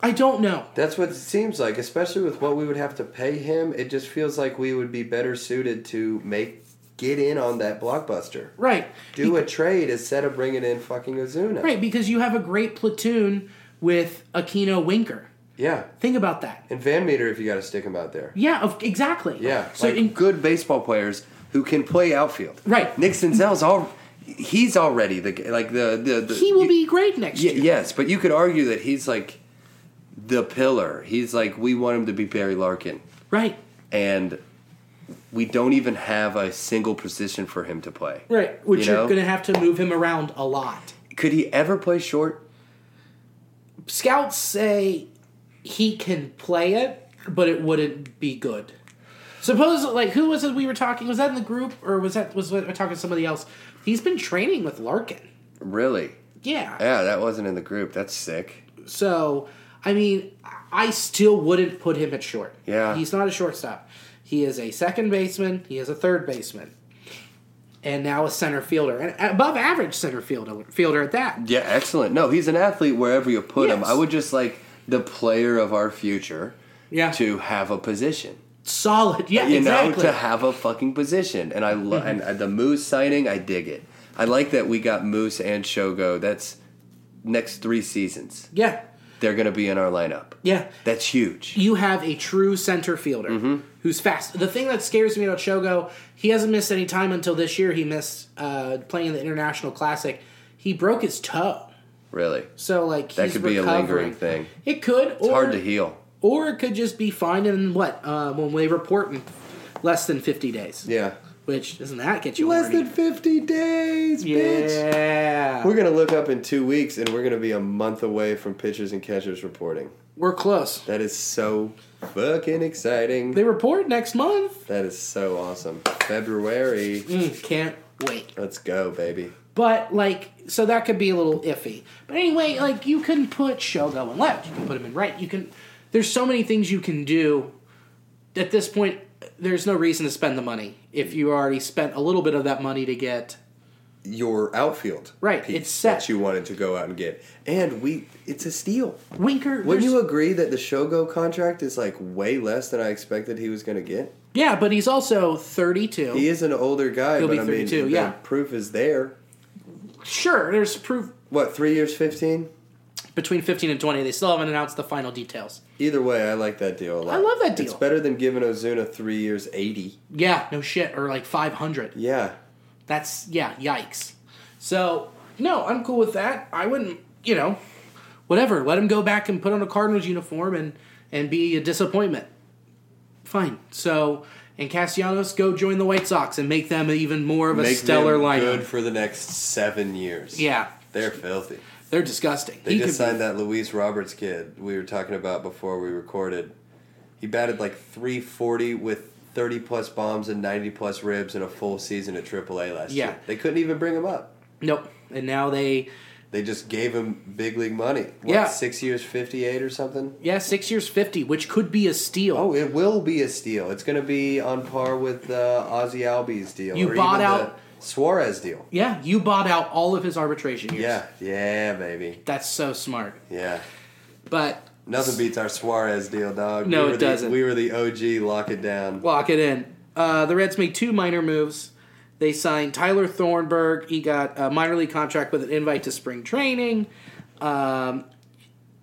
S1: I don't know.
S2: That's what it seems like, especially with what we would have to pay him. It just feels like we would be better suited to make get in on that blockbuster.
S1: Right.
S2: Do a trade instead of bringing in fucking Ozuna.
S1: Right, because you have a great platoon with Aquino Winker.
S2: Yeah.
S1: Think about that.
S2: And Van Meter if you got to stick him out there.
S1: Yeah, of, exactly.
S2: Yeah,
S1: So
S4: like
S1: in,
S4: good baseball players who can play outfield.
S1: Right.
S4: Nick Senzel's all he's already the like the the, the
S1: he will
S4: you-
S1: be great next
S4: Ye-
S1: year.
S4: yes, but you could argue that he's like the pillar. He's like we want him to be Barry Larkin,
S1: Right.
S4: and we don't even have a single position for him to play.
S1: Right.
S4: You
S1: Which you are
S4: know?
S1: going to have to move him around a lot.
S4: Could he ever play short?
S1: Scouts say he can play it, but it wouldn't be good. Suppose like who was it we were talking? Was that in the group or was that was I talking to somebody else? He's been training with Larkin.
S4: Really?
S1: Yeah.
S4: Yeah, that wasn't in the group. That's sick.
S1: So, I mean, I still wouldn't put him at short.
S4: Yeah.
S1: He's not a shortstop. He is a second baseman. He is a third baseman. And now a center fielder. And above average center fielder, fielder at that.
S4: Yeah, excellent. No, he's an athlete wherever you put him.
S1: Yes.
S4: I would just like the player of our future
S1: Yeah.
S4: to have a position.
S1: Solid. Yeah,
S4: you
S1: exactly. Mm-hmm.
S4: know, to have a fucking position. And I love and the Moose signing. I dig it. I like that we got Moose and Shogo. That's next three seasons.
S1: yeah.
S4: They're gonna be in our lineup.
S1: Yeah.
S4: That's huge.
S1: You have a true center fielder
S4: Mm-hmm.
S1: who's fast. The thing that scares me about Shogo, he hasn't missed any time until this year. He missed uh, playing the International Classic. He broke his toe.
S4: Really,
S1: So, like,
S4: that
S1: he's
S4: could be a
S1: recovering.
S4: lingering thing.
S1: It could.
S4: It's hard to heal.
S1: or it could just be fined in what uh, when they report in less than 50 days
S2: Yeah.
S1: which doesn't that get you
S2: Less
S1: already-
S2: than 50 days, bitch.
S1: yeah
S2: We're going to look up in two weeks and we're going to be a month away from pitchers and catchers reporting.
S1: we're close
S2: That is so fucking exciting.
S1: they report next month
S2: That is so awesome. February.
S1: Mm, can't wait
S2: Let's go, baby.
S1: but like so that could be a little iffy but anyway like you can put shogo in left you can put him in right you can there's so many things you can do at this point there's no reason to spend the money if you already spent a little bit of that money to get
S2: Your outfield.
S1: Right,
S2: piece
S1: it's set.
S2: That you wanted to go out and get. And we, it's a steal.
S1: winker
S2: Wouldn't
S1: there's-
S2: you agree that the Shogo contract is like way less than I expected he was going to get?
S1: yeah but he's also 32
S2: He is an older guy,
S1: He'll
S2: but
S1: be
S2: I
S1: 32,
S2: mean,
S1: yeah.
S2: the proof is there.
S1: sure there's proof
S2: What, three years, 15?
S1: between 15 and 20. They still haven't announced the final details.
S2: Either way, I like that deal a lot.
S1: I love that
S2: It's
S1: deal.
S2: better than giving Ozuna three years, eighty.
S1: Yeah, no shit, or like 500.
S2: Yeah,
S1: That's yeah, yikes. So no, I'm cool with that. I wouldn't, you know, whatever. Let him go back and put on a Cardinals uniform and and be a disappointment. Fine. So and Castellanos go join the White Sox and make them even more of a
S2: Make
S1: stellar
S2: them
S1: lineup.
S2: good for the next seven years.
S1: Yeah,
S2: they're filthy.
S1: they're disgusting.
S2: They
S1: He
S2: just
S1: could be-
S2: signed that Luis Roberts kid we were talking about before we recorded. He batted like 340 with 30 plus bombs and 90 plus ribs in a full season at AAA last
S1: Yeah.
S2: year. They couldn't even bring him up.
S1: Nope. And now they
S2: They just gave him big league money. What,
S1: Yeah.
S2: Six years, 58 or something?
S1: yeah six years fifty, which could be a steal.
S2: Oh, it will be a steal. It's going to be on par with uh, Ozzy Albies deal.
S1: You bought
S2: even
S1: out-
S2: the Suarez deal.
S1: Yeah, you bought out all of his arbitration years.
S2: Yeah, yeah, baby.
S1: that's so smart.
S2: Yeah.
S1: But
S2: Nothing beats our Suarez deal, dog.
S1: No,
S2: we were
S1: it
S2: the-
S1: doesn't.
S2: We were the OG lock it down.
S1: lock it in. Uh, the Reds made two minor moves. They signed Tyler Thornburg. He got a minor league contract with an invite to spring training. Um,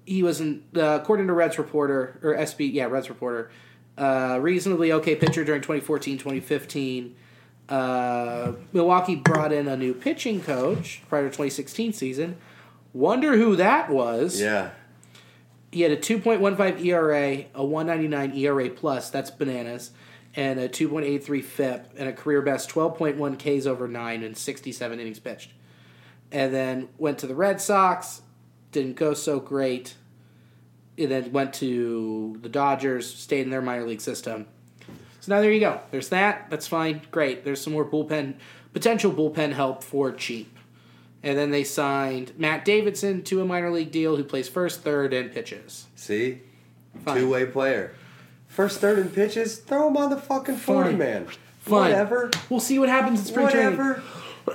S1: he was, in, uh, according to Reds reporter or SB, yeah, Reds reporter, uh, reasonably okay pitcher during 2014, 2015. Uh, Milwaukee brought in a new pitching coach prior to 2016 season. Wonder who that was.
S2: Yeah.
S1: He had a 2.15 ERA, E a 199 ERA plus, that's bananas, and a 2.83 FIP, and a career best 12.1 Ks over 9 and 67 innings pitched. And then went to the Red Sox, didn't go so great, and then went to the Dodgers, stayed in their minor league system. So now there you go. There's that. That's fine. Great. There's some more bullpen, potential bullpen help for cheap. And then they signed Matt Davidson to a minor league deal who plays first, third, and pitches.
S2: See?
S1: Fine.
S2: Two way player. First, third, and pitches, throw him on the fucking 40
S1: Fine.
S2: man.
S1: Fine.
S2: Whatever.
S1: We'll see what happens in spring
S2: Whatever.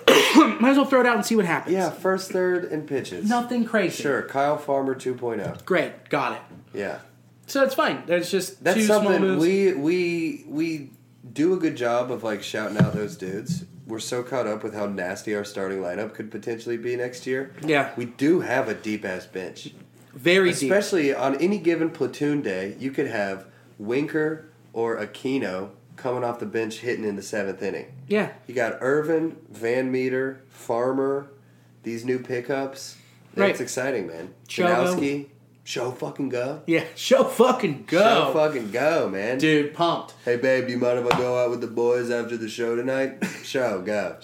S1: training. Might as well throw it out and see what happens.
S2: Yeah, first, third, and pitches.
S1: Nothing crazy.
S2: Sure, Kyle Farmer 2.0.
S1: Great. Got it.
S2: Yeah.
S1: So it's fine. There's just
S2: That's
S1: two small
S2: something
S1: moves.
S2: we we we do a good job of like shouting out those dudes. We're so caught up with how nasty our starting lineup could potentially be next year.
S1: Yeah.
S2: We do have a deep ass bench.
S1: Very deep.
S2: Especially on any given platoon day, you could have Winker or Aquino coming off the bench hitting in the seventh inning.
S1: Yeah.
S2: You got Irvin, Van Meter, Farmer, these new pickups.
S1: Right.
S2: That's exciting, man.
S1: Shogo.
S2: Janowski, show fucking go.
S1: Yeah. Show fucking go.
S2: Show fucking go, man.
S1: Dude, pumped.
S2: Hey, babe, do you mind if I go out with the boys after the show tonight? show go.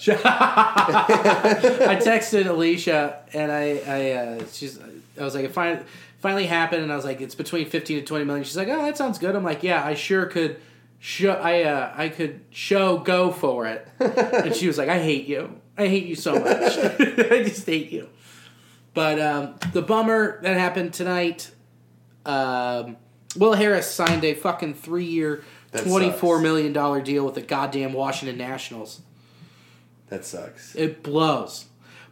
S1: I texted Alicia and I, I uh, she's, I was like, it finally, finally happened, and I was like, it's between fifteen to twenty million. She's like, oh, that sounds good. I'm like, yeah, I sure could. Show, I uh, I could show go for it, and she was like, I hate you. I hate you so much. I just hate you. But um, the bummer that happened tonight. Um, Will Harris signed a fucking three-year,
S2: That
S1: twenty-four
S2: sucks.
S1: million dollar deal with the goddamn Washington Nationals.
S2: That sucks.
S1: It blows.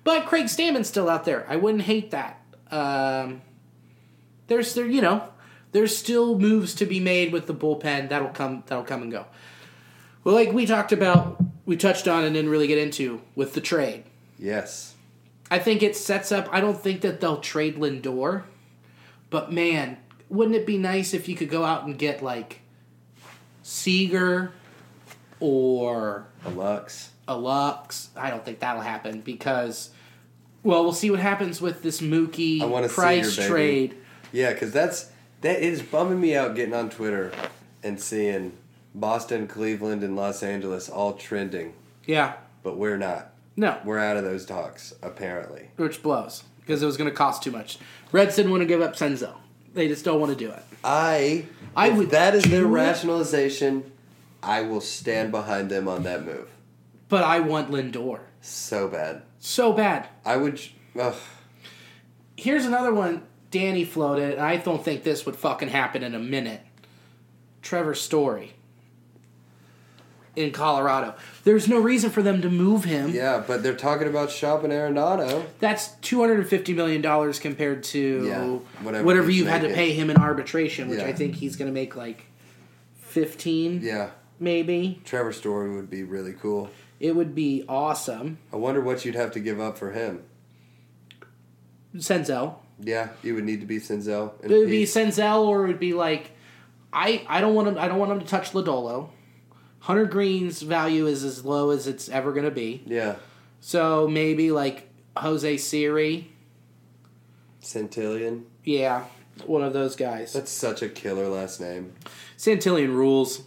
S1: But Craig Stammen's still out there. I wouldn't hate that. Um, there's there, you know, there's still moves to be made with the bullpen. That'll come. That'll come and go. Well, like we talked about, we touched on and didn't really get into with the trade.
S2: Yes.
S1: I think it sets up. I don't think that they'll trade Lindor, but man, wouldn't it be nice if you could go out and get like Seager or
S2: A Lux.
S1: a Lux. I don't think that'll happen because, well, we'll see what happens with this
S2: I wanna
S1: Mookie
S2: see
S1: price
S2: your baby.
S1: trade.
S2: Yeah, because that's that is bumming me out getting on Twitter and seeing Boston, Cleveland, and Los Angeles all trending,
S1: Yeah,
S2: but we're not.
S1: no,
S2: We're out of those talks apparently.
S1: which blows because it was going to cost too much. Reds didn't want to give up Senzo. They just don't want to do it.
S2: I
S1: I
S2: if
S1: would
S2: that is their
S1: do it.
S2: rationalization. I will stand behind them on that move
S1: But I want Lindor
S2: so bad.
S1: so bad.
S2: I would. Ugh,
S1: Here's another one Danny floated, and I don't think this would fucking happen in a minute. Trevor Story in Colorado. There's no reason for them to move him.
S2: yeah, but they're talking about shopping Arenado.
S1: that's two hundred and fifty million dollars compared to
S2: Yeah,
S1: whatever,
S2: whatever he's
S1: you had to
S2: making.
S1: pay him in arbitration, which
S2: Yeah.
S1: I think he's going to make like fifteen,
S2: Yeah,
S1: maybe.
S2: Trevor Story would be really cool.
S1: It would be awesome,
S2: I wonder what you'd have to give up for him.
S1: Senzo.
S2: Yeah, it would need to be Senzel. and
S1: It would be
S2: Peace.
S1: Senzel, or it would be like, I I don't want him. I don't want him to touch Ladolo. Hunter Green's value is as low as it's ever going to be.
S2: yeah,
S1: So maybe like Jose Siri,
S2: Centillion.
S1: yeah, one of those guys.
S2: That's such a killer last name.
S1: Santillion rules.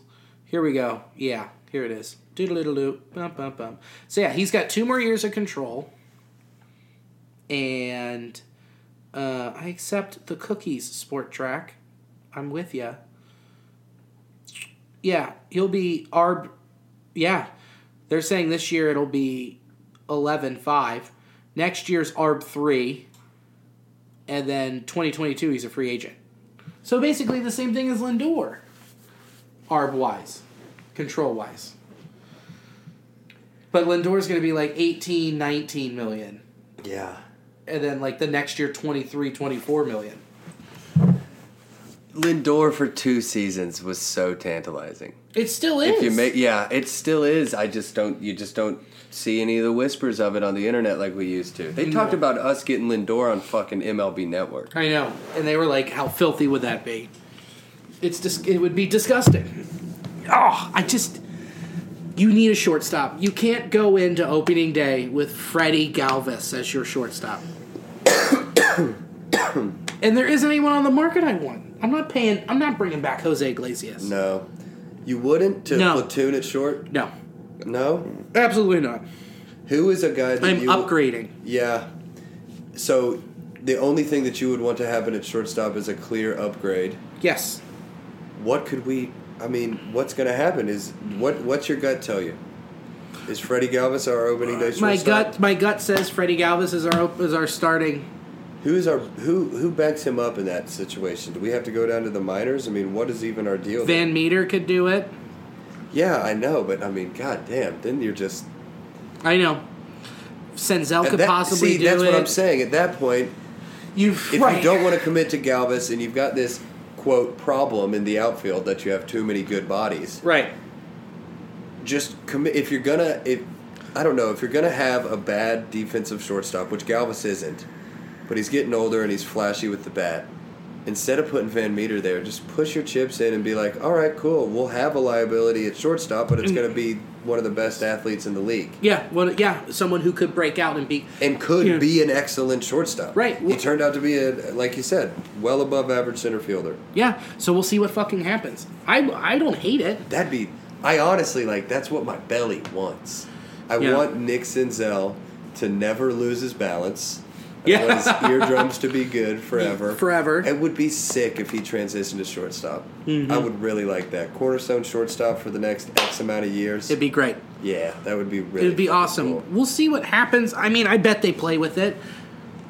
S1: Here we go. Yeah, here it is. Doodle-doodle-doo. Bum, bum, bum. So yeah, he's got two more years of control. And uh, I accept the cookies, Sport Track. I'm with ya. Yeah, he'll be arb. Yeah, they're saying this year it'll be 11-5. Next year's arb three, and then 2022 he's a free agent. So basically, the same thing as Lindor, arb wise, control wise. But Lindor's going to be like 18, 19 million.
S2: Yeah.
S1: And then like the next year, 23, 24 million.
S4: Lindor for two seasons was so tantalizing.
S1: It still is.
S4: If you make, yeah, it still is. I just don't. You just don't see any of the whispers of it on the internet like we used to. They talked about us getting Lindor on fucking MLB Network.
S1: I know. And they were like, how filthy would that be? It's dis- It would be disgusting. Oh, I just. You need a shortstop. You can't go into opening day with Freddie Galvis as your shortstop. and there isn't anyone on the market I want. I'm not paying. I'm not bringing back Jose Iglesias.
S2: No, you wouldn't to
S1: No.
S2: platoon it short.
S1: No.
S2: No,
S1: Absolutely not.
S2: who is a guy that
S1: I'm
S2: you
S1: upgrading.
S2: Yeah. So the only thing that you would want to happen at shortstop is a clear upgrade.
S1: Yes.
S2: What could we? I mean, what's going to happen is what? What's your gut tell you? Is Freddie Galvis our opening day shortstop?
S1: My gut. My gut says Freddie Galvis is our op- is our starting.
S2: Who is our who? Who backs him up in that situation? Do we have to go down to the minors? I mean, what is even our deal? there?
S1: Van Meter could do it.
S2: Yeah, I know, but I mean, god damn, then you're just
S1: I know. Senzel could
S2: that-
S1: possibly
S2: see,
S1: do
S2: that's
S1: it.
S2: what I'm saying. At that point,
S1: You've
S2: if
S1: right.
S2: you don't want to commit to Galvis and you've got this quote problem in the outfield that you have too many good bodies,
S1: right.
S2: just commit if you're gonna if I don't know if you're gonna have a bad defensive shortstop, which Galvis isn't, but he's getting older and he's flashy with the bat. Instead of putting Van Meter there, just push your chips in and be like, all right, cool, we'll have a liability at shortstop, but it's going to be one of the best athletes in the league
S1: Yeah. Well. Yeah. Someone who could break out and be.
S2: and could
S1: Yeah.
S2: be an excellent shortstop.
S1: Right.
S2: He turned out to be a like you said, well above average center fielder.
S1: Yeah. So we'll see what fucking happens. I I don't hate it.
S2: That'd be. I honestly like. That's what my belly wants. I
S1: Yeah.
S2: want Nick Senzel to never lose his balance. I
S1: Yeah.
S2: want his eardrums to be good forever.
S1: Forever. Mm-hmm.
S2: It would be sick if he transitioned to shortstop. I would really like that. Cornerstone shortstop for the next X amount of years.
S1: It'd be great.
S2: yeah, that would be really.
S1: It'd be
S2: fucking
S1: awesome.
S2: cool.
S1: We'll see what happens. I mean, I bet they play with it.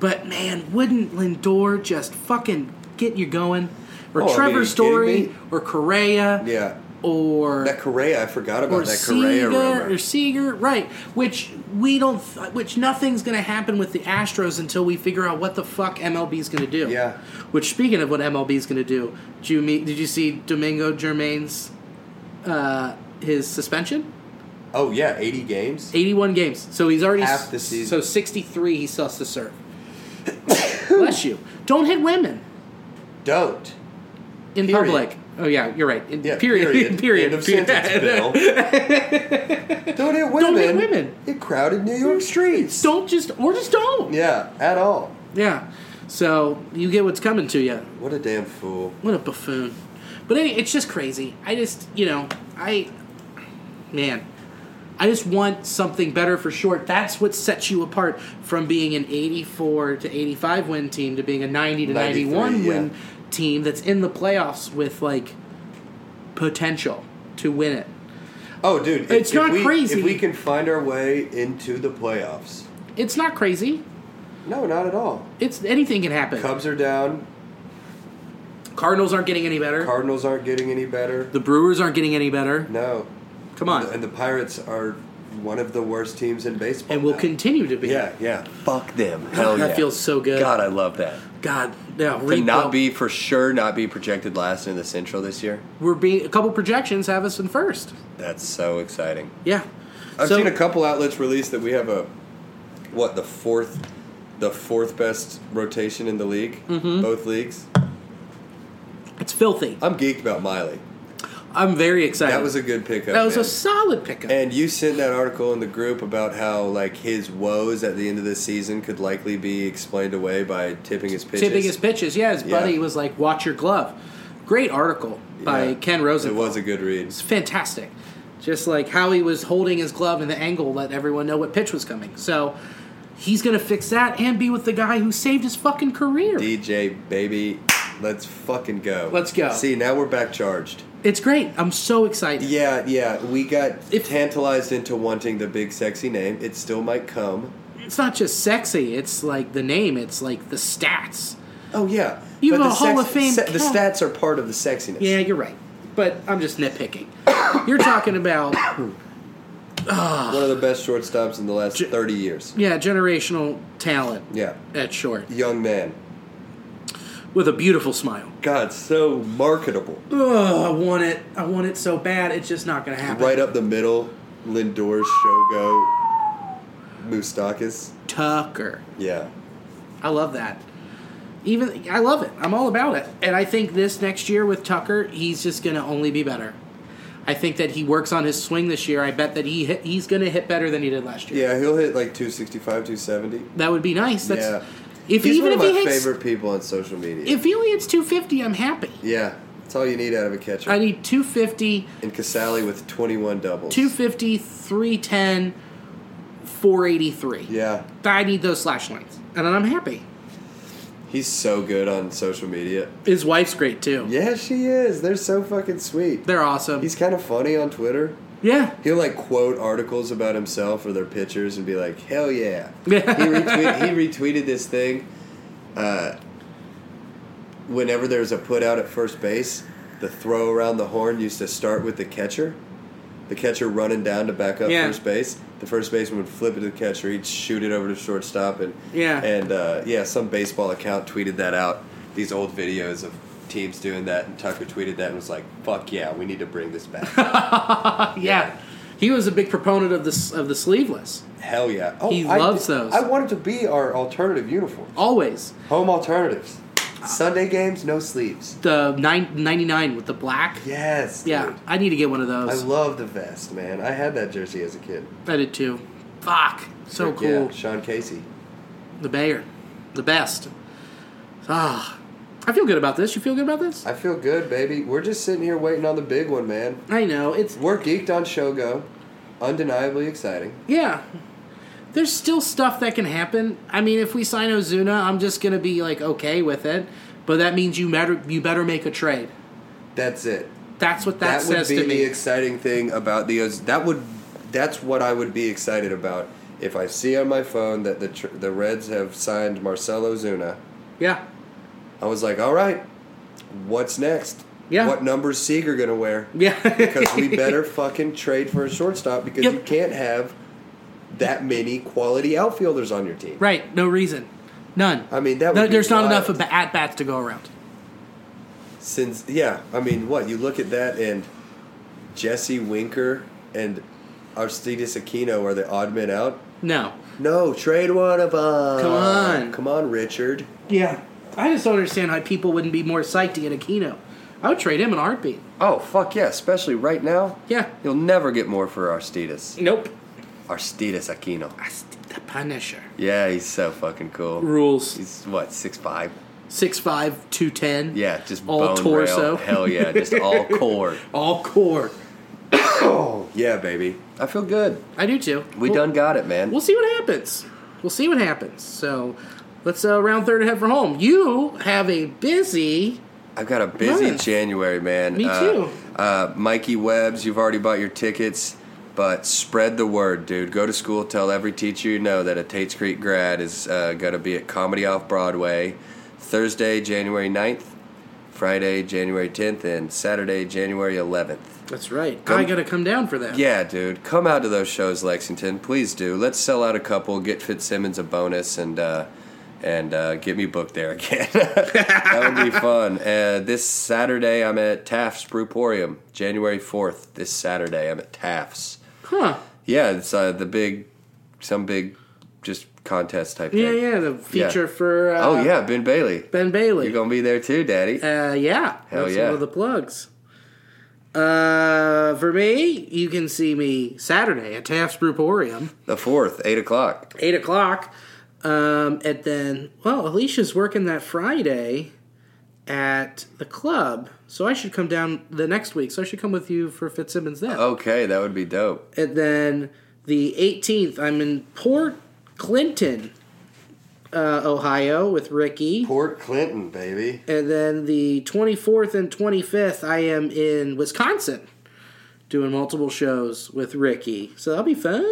S1: But man, wouldn't Lindor just fucking get you going? Or
S2: Oh, I mean,
S1: Trevor
S2: are you kidding
S1: Story,
S2: me?
S1: or Correa,
S2: Yeah.
S1: or
S2: That Correa, I forgot about
S1: or
S2: that Correa
S1: Seager,
S2: rumor.
S1: or Seager, right? Which we don't, which nothing's going to happen with the Astros until we figure out what the fuck MLB's going to do.
S2: Yeah.
S1: Which, speaking of what MLB's going to do, did you, meet, did you see Domingo Germain's uh, his suspension?
S2: oh yeah, eighty games.
S1: 81 games. So he's already
S2: Half the season.
S1: So 63 he still has to serve. Bless you. Don't hit women
S2: Don't.
S1: in
S2: Period.
S1: public. Oh yeah, you're right. In,
S2: Yeah,
S1: period.
S2: Period.
S1: Period.
S2: End of
S1: Period.
S2: sentence, Bill. Don't hit women.
S1: Don't hit women.
S2: In crowded New York streets.
S1: Don't just or just don't.
S2: Yeah, at all.
S1: Yeah. So you get what's coming to you.
S2: What a damn fool.
S1: What a buffoon. But anyway, it's just crazy. I just, you know, I, man, I just want something better for short. That's what sets you apart from being an 84 to 85 win team to being a 90 to 91
S2: 93,
S1: win
S2: yeah.
S1: team that's in the playoffs with, like, potential to win it.
S2: Oh, dude. if-
S1: It's
S2: if
S1: not
S2: we-
S1: crazy.
S2: If we can find our way into the playoffs.
S1: It's not crazy.
S2: No, not at all.
S1: It's anything can happen.
S2: Cubs are down.
S1: Cardinals aren't getting any better.
S2: Cardinals aren't getting any better.
S1: the Brewers aren't getting any better.
S2: No.
S1: Come on.
S2: And the Pirates are one of the worst teams in baseball.
S1: and will
S2: now.
S1: continue to be.
S2: Yeah, yeah.
S4: Fuck them. Hell
S1: That
S4: yeah.
S1: feels so good.
S4: God, I love that.
S1: God, no.
S4: To
S1: rebuild.
S4: not be for sure, not be projected last in the Central this year.
S1: we're being a couple projections have us in first.
S4: That's so exciting.
S1: Yeah.
S2: I've
S1: So-
S2: seen a couple outlets release that we have a what the fourth the fourth best rotation in the league,
S1: Mm-hmm.
S2: both leagues.
S1: It's filthy.
S2: I'm geeked about Miley.
S1: I'm very excited.
S2: That was a good pickup.
S1: that was a
S2: man.
S1: solid pickup.
S2: And you sent that article in the group about how like his woes at the end of the season could likely be explained away by tipping his pitches.
S1: Tipping his pitches. Yeah, his
S2: Yeah.
S1: buddy was like, "Watch your glove." Great article by
S2: Yeah.
S1: Ken Rosen.
S2: It was a good read.
S1: It's fantastic. Just like how he was holding his glove and the angle let everyone know what pitch was coming. So he's gonna fix that and be with the guy who saved his fucking career.
S2: DJ baby, let's fucking go.
S1: Let's go.
S2: See, now we're back charged.
S1: It's great. I'm so excited.
S2: Yeah, yeah. We got
S1: If-
S2: tantalized into wanting the big sexy name. It still might come.
S1: It's not just sexy. It's like the name. It's like the stats.
S2: Oh yeah.
S1: You
S2: But
S1: have a
S2: the
S1: Hall of Fame
S2: the
S1: cat.
S2: stats are part of the sexiness.
S1: Yeah, you're right. But I'm just nitpicking. you're talking about
S2: One of the best shortstops in the last thirty years.
S1: yeah, generational talent.
S2: Yeah.
S1: At short,
S2: Young man.
S1: with a beautiful smile.
S2: God, so marketable.
S1: Oh, I want it. I want it so bad. It's just not gonna happen.
S2: Right up the middle, Lindor, Shogo, Moustakis.
S1: Tucker.
S2: Yeah.
S1: I love that. Even I love it. I'm all about it. And I think this next year with Tucker, he's just going to only be better. I think that he works on his swing this year. I bet that he hit, he's going to hit better than he did last year.
S2: Yeah, he'll hit like 265, 270.
S1: That would be nice. That's
S2: Yeah.
S1: if
S2: He's
S1: even
S2: one
S1: if
S2: of my
S1: he hits
S2: favorite people on social media.
S1: if he only hits 250, I'm happy.
S2: yeah, that's all you need out of a catcher.
S1: I need 250,
S2: and Casale with 21 doubles.
S1: 250, 310, 483.
S2: Yeah,
S1: I need those slash lines. And then I'm happy.
S2: he's so good on social media.
S1: His wife's great too.
S2: Yeah, she is. They're so fucking sweet.
S1: They're awesome.
S2: He's kind of funny on Twitter.
S1: yeah.
S2: He'll like quote articles about himself or their pictures and be like, "Hell yeah!" he, retweet, he retweeted this thing. Uh, whenever there was a put out at first base, the throw around the horn used to start with the catcher. The catcher running down to back up
S1: Yeah.
S2: first base. The first baseman would flip it to the catcher. He'd shoot it over to shortstop, and
S1: Yeah.
S2: and uh, yeah, some baseball account tweeted that out. These old videos of teams doing that, and Tucker tweeted that and was like, "Fuck yeah, we need to bring this back."
S1: Yeah. He was a big proponent of this of the sleeveless.
S2: Hell yeah! Oh,
S1: He
S2: I
S1: loves
S2: did-
S1: those.
S2: I want it to be our alternative uniform.
S1: Always.
S2: Home alternatives. Sunday games, no sleeves.
S1: The nine ninety nine with the black.
S2: Yes.
S1: Yeah,
S2: dude.
S1: I need to get one of
S2: I
S1: those. I,
S2: love the vest, man. I had that jersey as a kid.
S1: did too. Fuck. So
S2: Frick,
S1: cool.
S2: Yeah, Sean Casey.
S1: The Bayer. The best. Ah. I feel good about this. You feel good about this?
S2: I feel good, baby. We're just sitting here waiting on the big one, man.
S1: I know. It's
S2: We're geeked on Shogo. Undeniably exciting.
S1: yeah. There's still stuff that can happen. I mean, if we sign Ozuna, I'm just gonna be like okay with it. But that means you better you better make a trade.
S2: That's it.
S1: That's what that,
S2: That, would
S1: says
S2: be
S1: to me.
S2: the exciting thing about the Oz- that would that's what I would be excited about if I see on my phone that the tr- the Reds have signed Marcelo Zuna.
S1: yeah.
S2: I was like, all right, what's next?
S1: Yeah.
S2: What number's Seager gonna wear?
S1: Yeah.
S2: because we better fucking trade for a shortstop because
S1: Yep.
S2: you can't have that many quality outfielders on your team.
S1: Right. No reason. None.
S2: I mean, that
S1: No,
S2: would be
S1: there's not
S2: wild.
S1: enough of at bats to go around.
S2: Since yeah, I mean, what you look at that and Jesse Winker and Aristides Aquino are the odd men out.
S1: No.
S2: No, trade one of them.
S1: Come on.
S2: come on, Richard.
S1: Yeah. I just don't understand how people wouldn't be more psyched to get Aquino. I would trade him in a heartbeat.
S2: Oh fuck yeah! Especially right now.
S1: Yeah.
S2: You'll never get more for Aristides.
S1: Nope.
S2: Aristides Aquino.
S1: The Punisher.
S2: Yeah, he's so fucking cool.
S1: Rules
S2: He's what six five.
S1: 6'5, 210.
S2: Yeah, just
S1: All
S2: bone
S1: torso.
S2: Rail. Hell yeah, just all core.
S1: All core.
S2: Yeah, baby. I feel good.
S1: I do too.
S2: We
S1: We'll-
S2: done got it, man.
S1: We'll see what happens. We'll see what happens. So let's uh, round third and head for home. You have a busy.
S2: I've got a busy
S1: Nice.
S2: January, man.
S1: Me
S2: Uh,
S1: too.
S2: Uh, Mikey Webbs, you've already bought your tickets, but spread the word, dude. Go to school, tell every teacher you know that a Tates Creek grad is uh, going to be at Comedy Off Broadway Thursday, January 9th, Friday, January 10th, and Saturday, January 11th.
S1: That's right.
S2: Come-
S1: I got to come down for that.
S2: Yeah, dude, come out to those shows, Lexington. Please do. Let's sell out a couple, get Fitzsimmons a bonus, and uh, and uh, get me booked there again. that would be fun. Uh, this Saturday, I'm at Taft's Brewporium, January fourth. This Saturday, I'm at Taft's.
S1: Huh.
S2: Yeah, it's uh, the big, some big, just
S4: contest type
S1: Yeah,
S4: thing.
S1: yeah, the feature
S4: Yeah.
S1: for uh,
S4: oh yeah, Ben Bailey.
S1: Ben Bailey.
S4: You're gonna be there too, Daddy.
S1: Uh, yeah.
S4: Hell
S1: that's
S4: yeah.
S1: one of the plugs. Uh, for me, you can see me Saturday at Taft's Brewporium,
S4: the fourth, eight o'clock.
S1: 8 o'clock. Um, and then, well, Alicia's working that Friday at the club, so I should come down the next week. So I should come with you for Fitzsimmons then.
S2: Oh.
S4: Okay, that would be dope.
S1: And then the 18th, I'm in Port Clinton, uh, Ohio with Ricky.
S2: Port Clinton, baby.
S1: And then the 24th and 25th, I am in Wisconsin doing multiple shows with Ricky. So that'll be fun.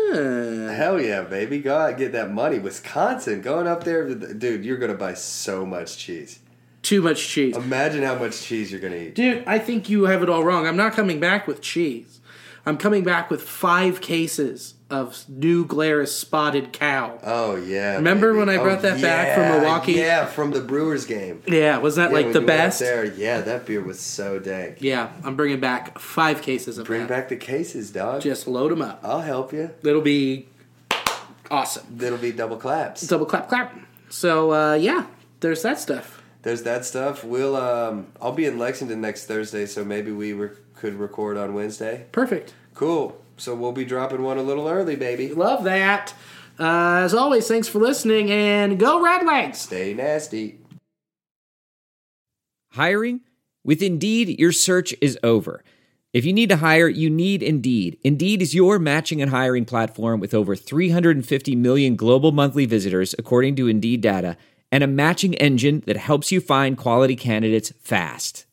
S2: Hell yeah, baby. Go out and get that money. Wisconsin, going up there, dude, you're going to buy so much cheese.
S1: Too much cheese.
S2: Imagine how much cheese you're going to eat.
S1: Dude, I think you have it all wrong. I'm not coming back with cheese. I'm coming back with five cases of new Glarus spotted cow.
S2: Oh, yeah.
S1: Remember
S2: baby.
S1: when I
S2: Oh,
S1: brought that back from
S2: yeah,
S1: Milwaukee?
S2: Yeah, from the Brewers game.
S1: yeah, wasn't that
S2: Yeah,
S1: like
S2: when
S1: the
S2: you went out
S1: best?
S2: There. Yeah, that beer was so dank.
S1: Yeah, I'm bringing back five cases of
S2: Bring
S1: that.
S2: back the cases, dog.
S1: Just load them up.
S2: I'll help you.
S1: It'll be awesome.
S2: That'll be double claps.
S1: Double clap, clap. So, uh, yeah, there's that stuff.
S2: There's that stuff. We'll um I'll be in Lexington next Thursday, so maybe we re- could record on Wednesday.
S1: Perfect.
S2: Cool. So we'll be dropping one a little early, baby.
S1: Love that. Uh, as always, thanks for listening and go Red Legs!
S2: Stay nasty.
S5: Hiring? With Indeed, your search is over. If you need to hire, you need Indeed. Indeed is your matching and hiring platform with over 350 million global monthly visitors, according to Indeed data, and a matching engine that helps you find quality candidates fast.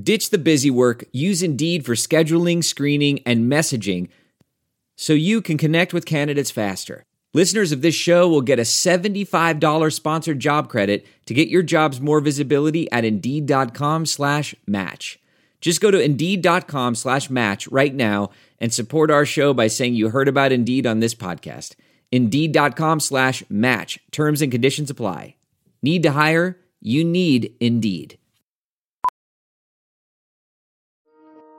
S5: Ditch the busy work, use Indeed for scheduling, screening, and messaging so you can connect with candidates faster. Listeners of this show will get a $75 sponsored job credit to get your jobs more visibility at Indeed.com slash match. Just go to Indeed.com slash match right now and support our show by saying you heard about Indeed on this podcast. Indeed.com slash match. Terms and conditions apply. Need to hire? You need Indeed.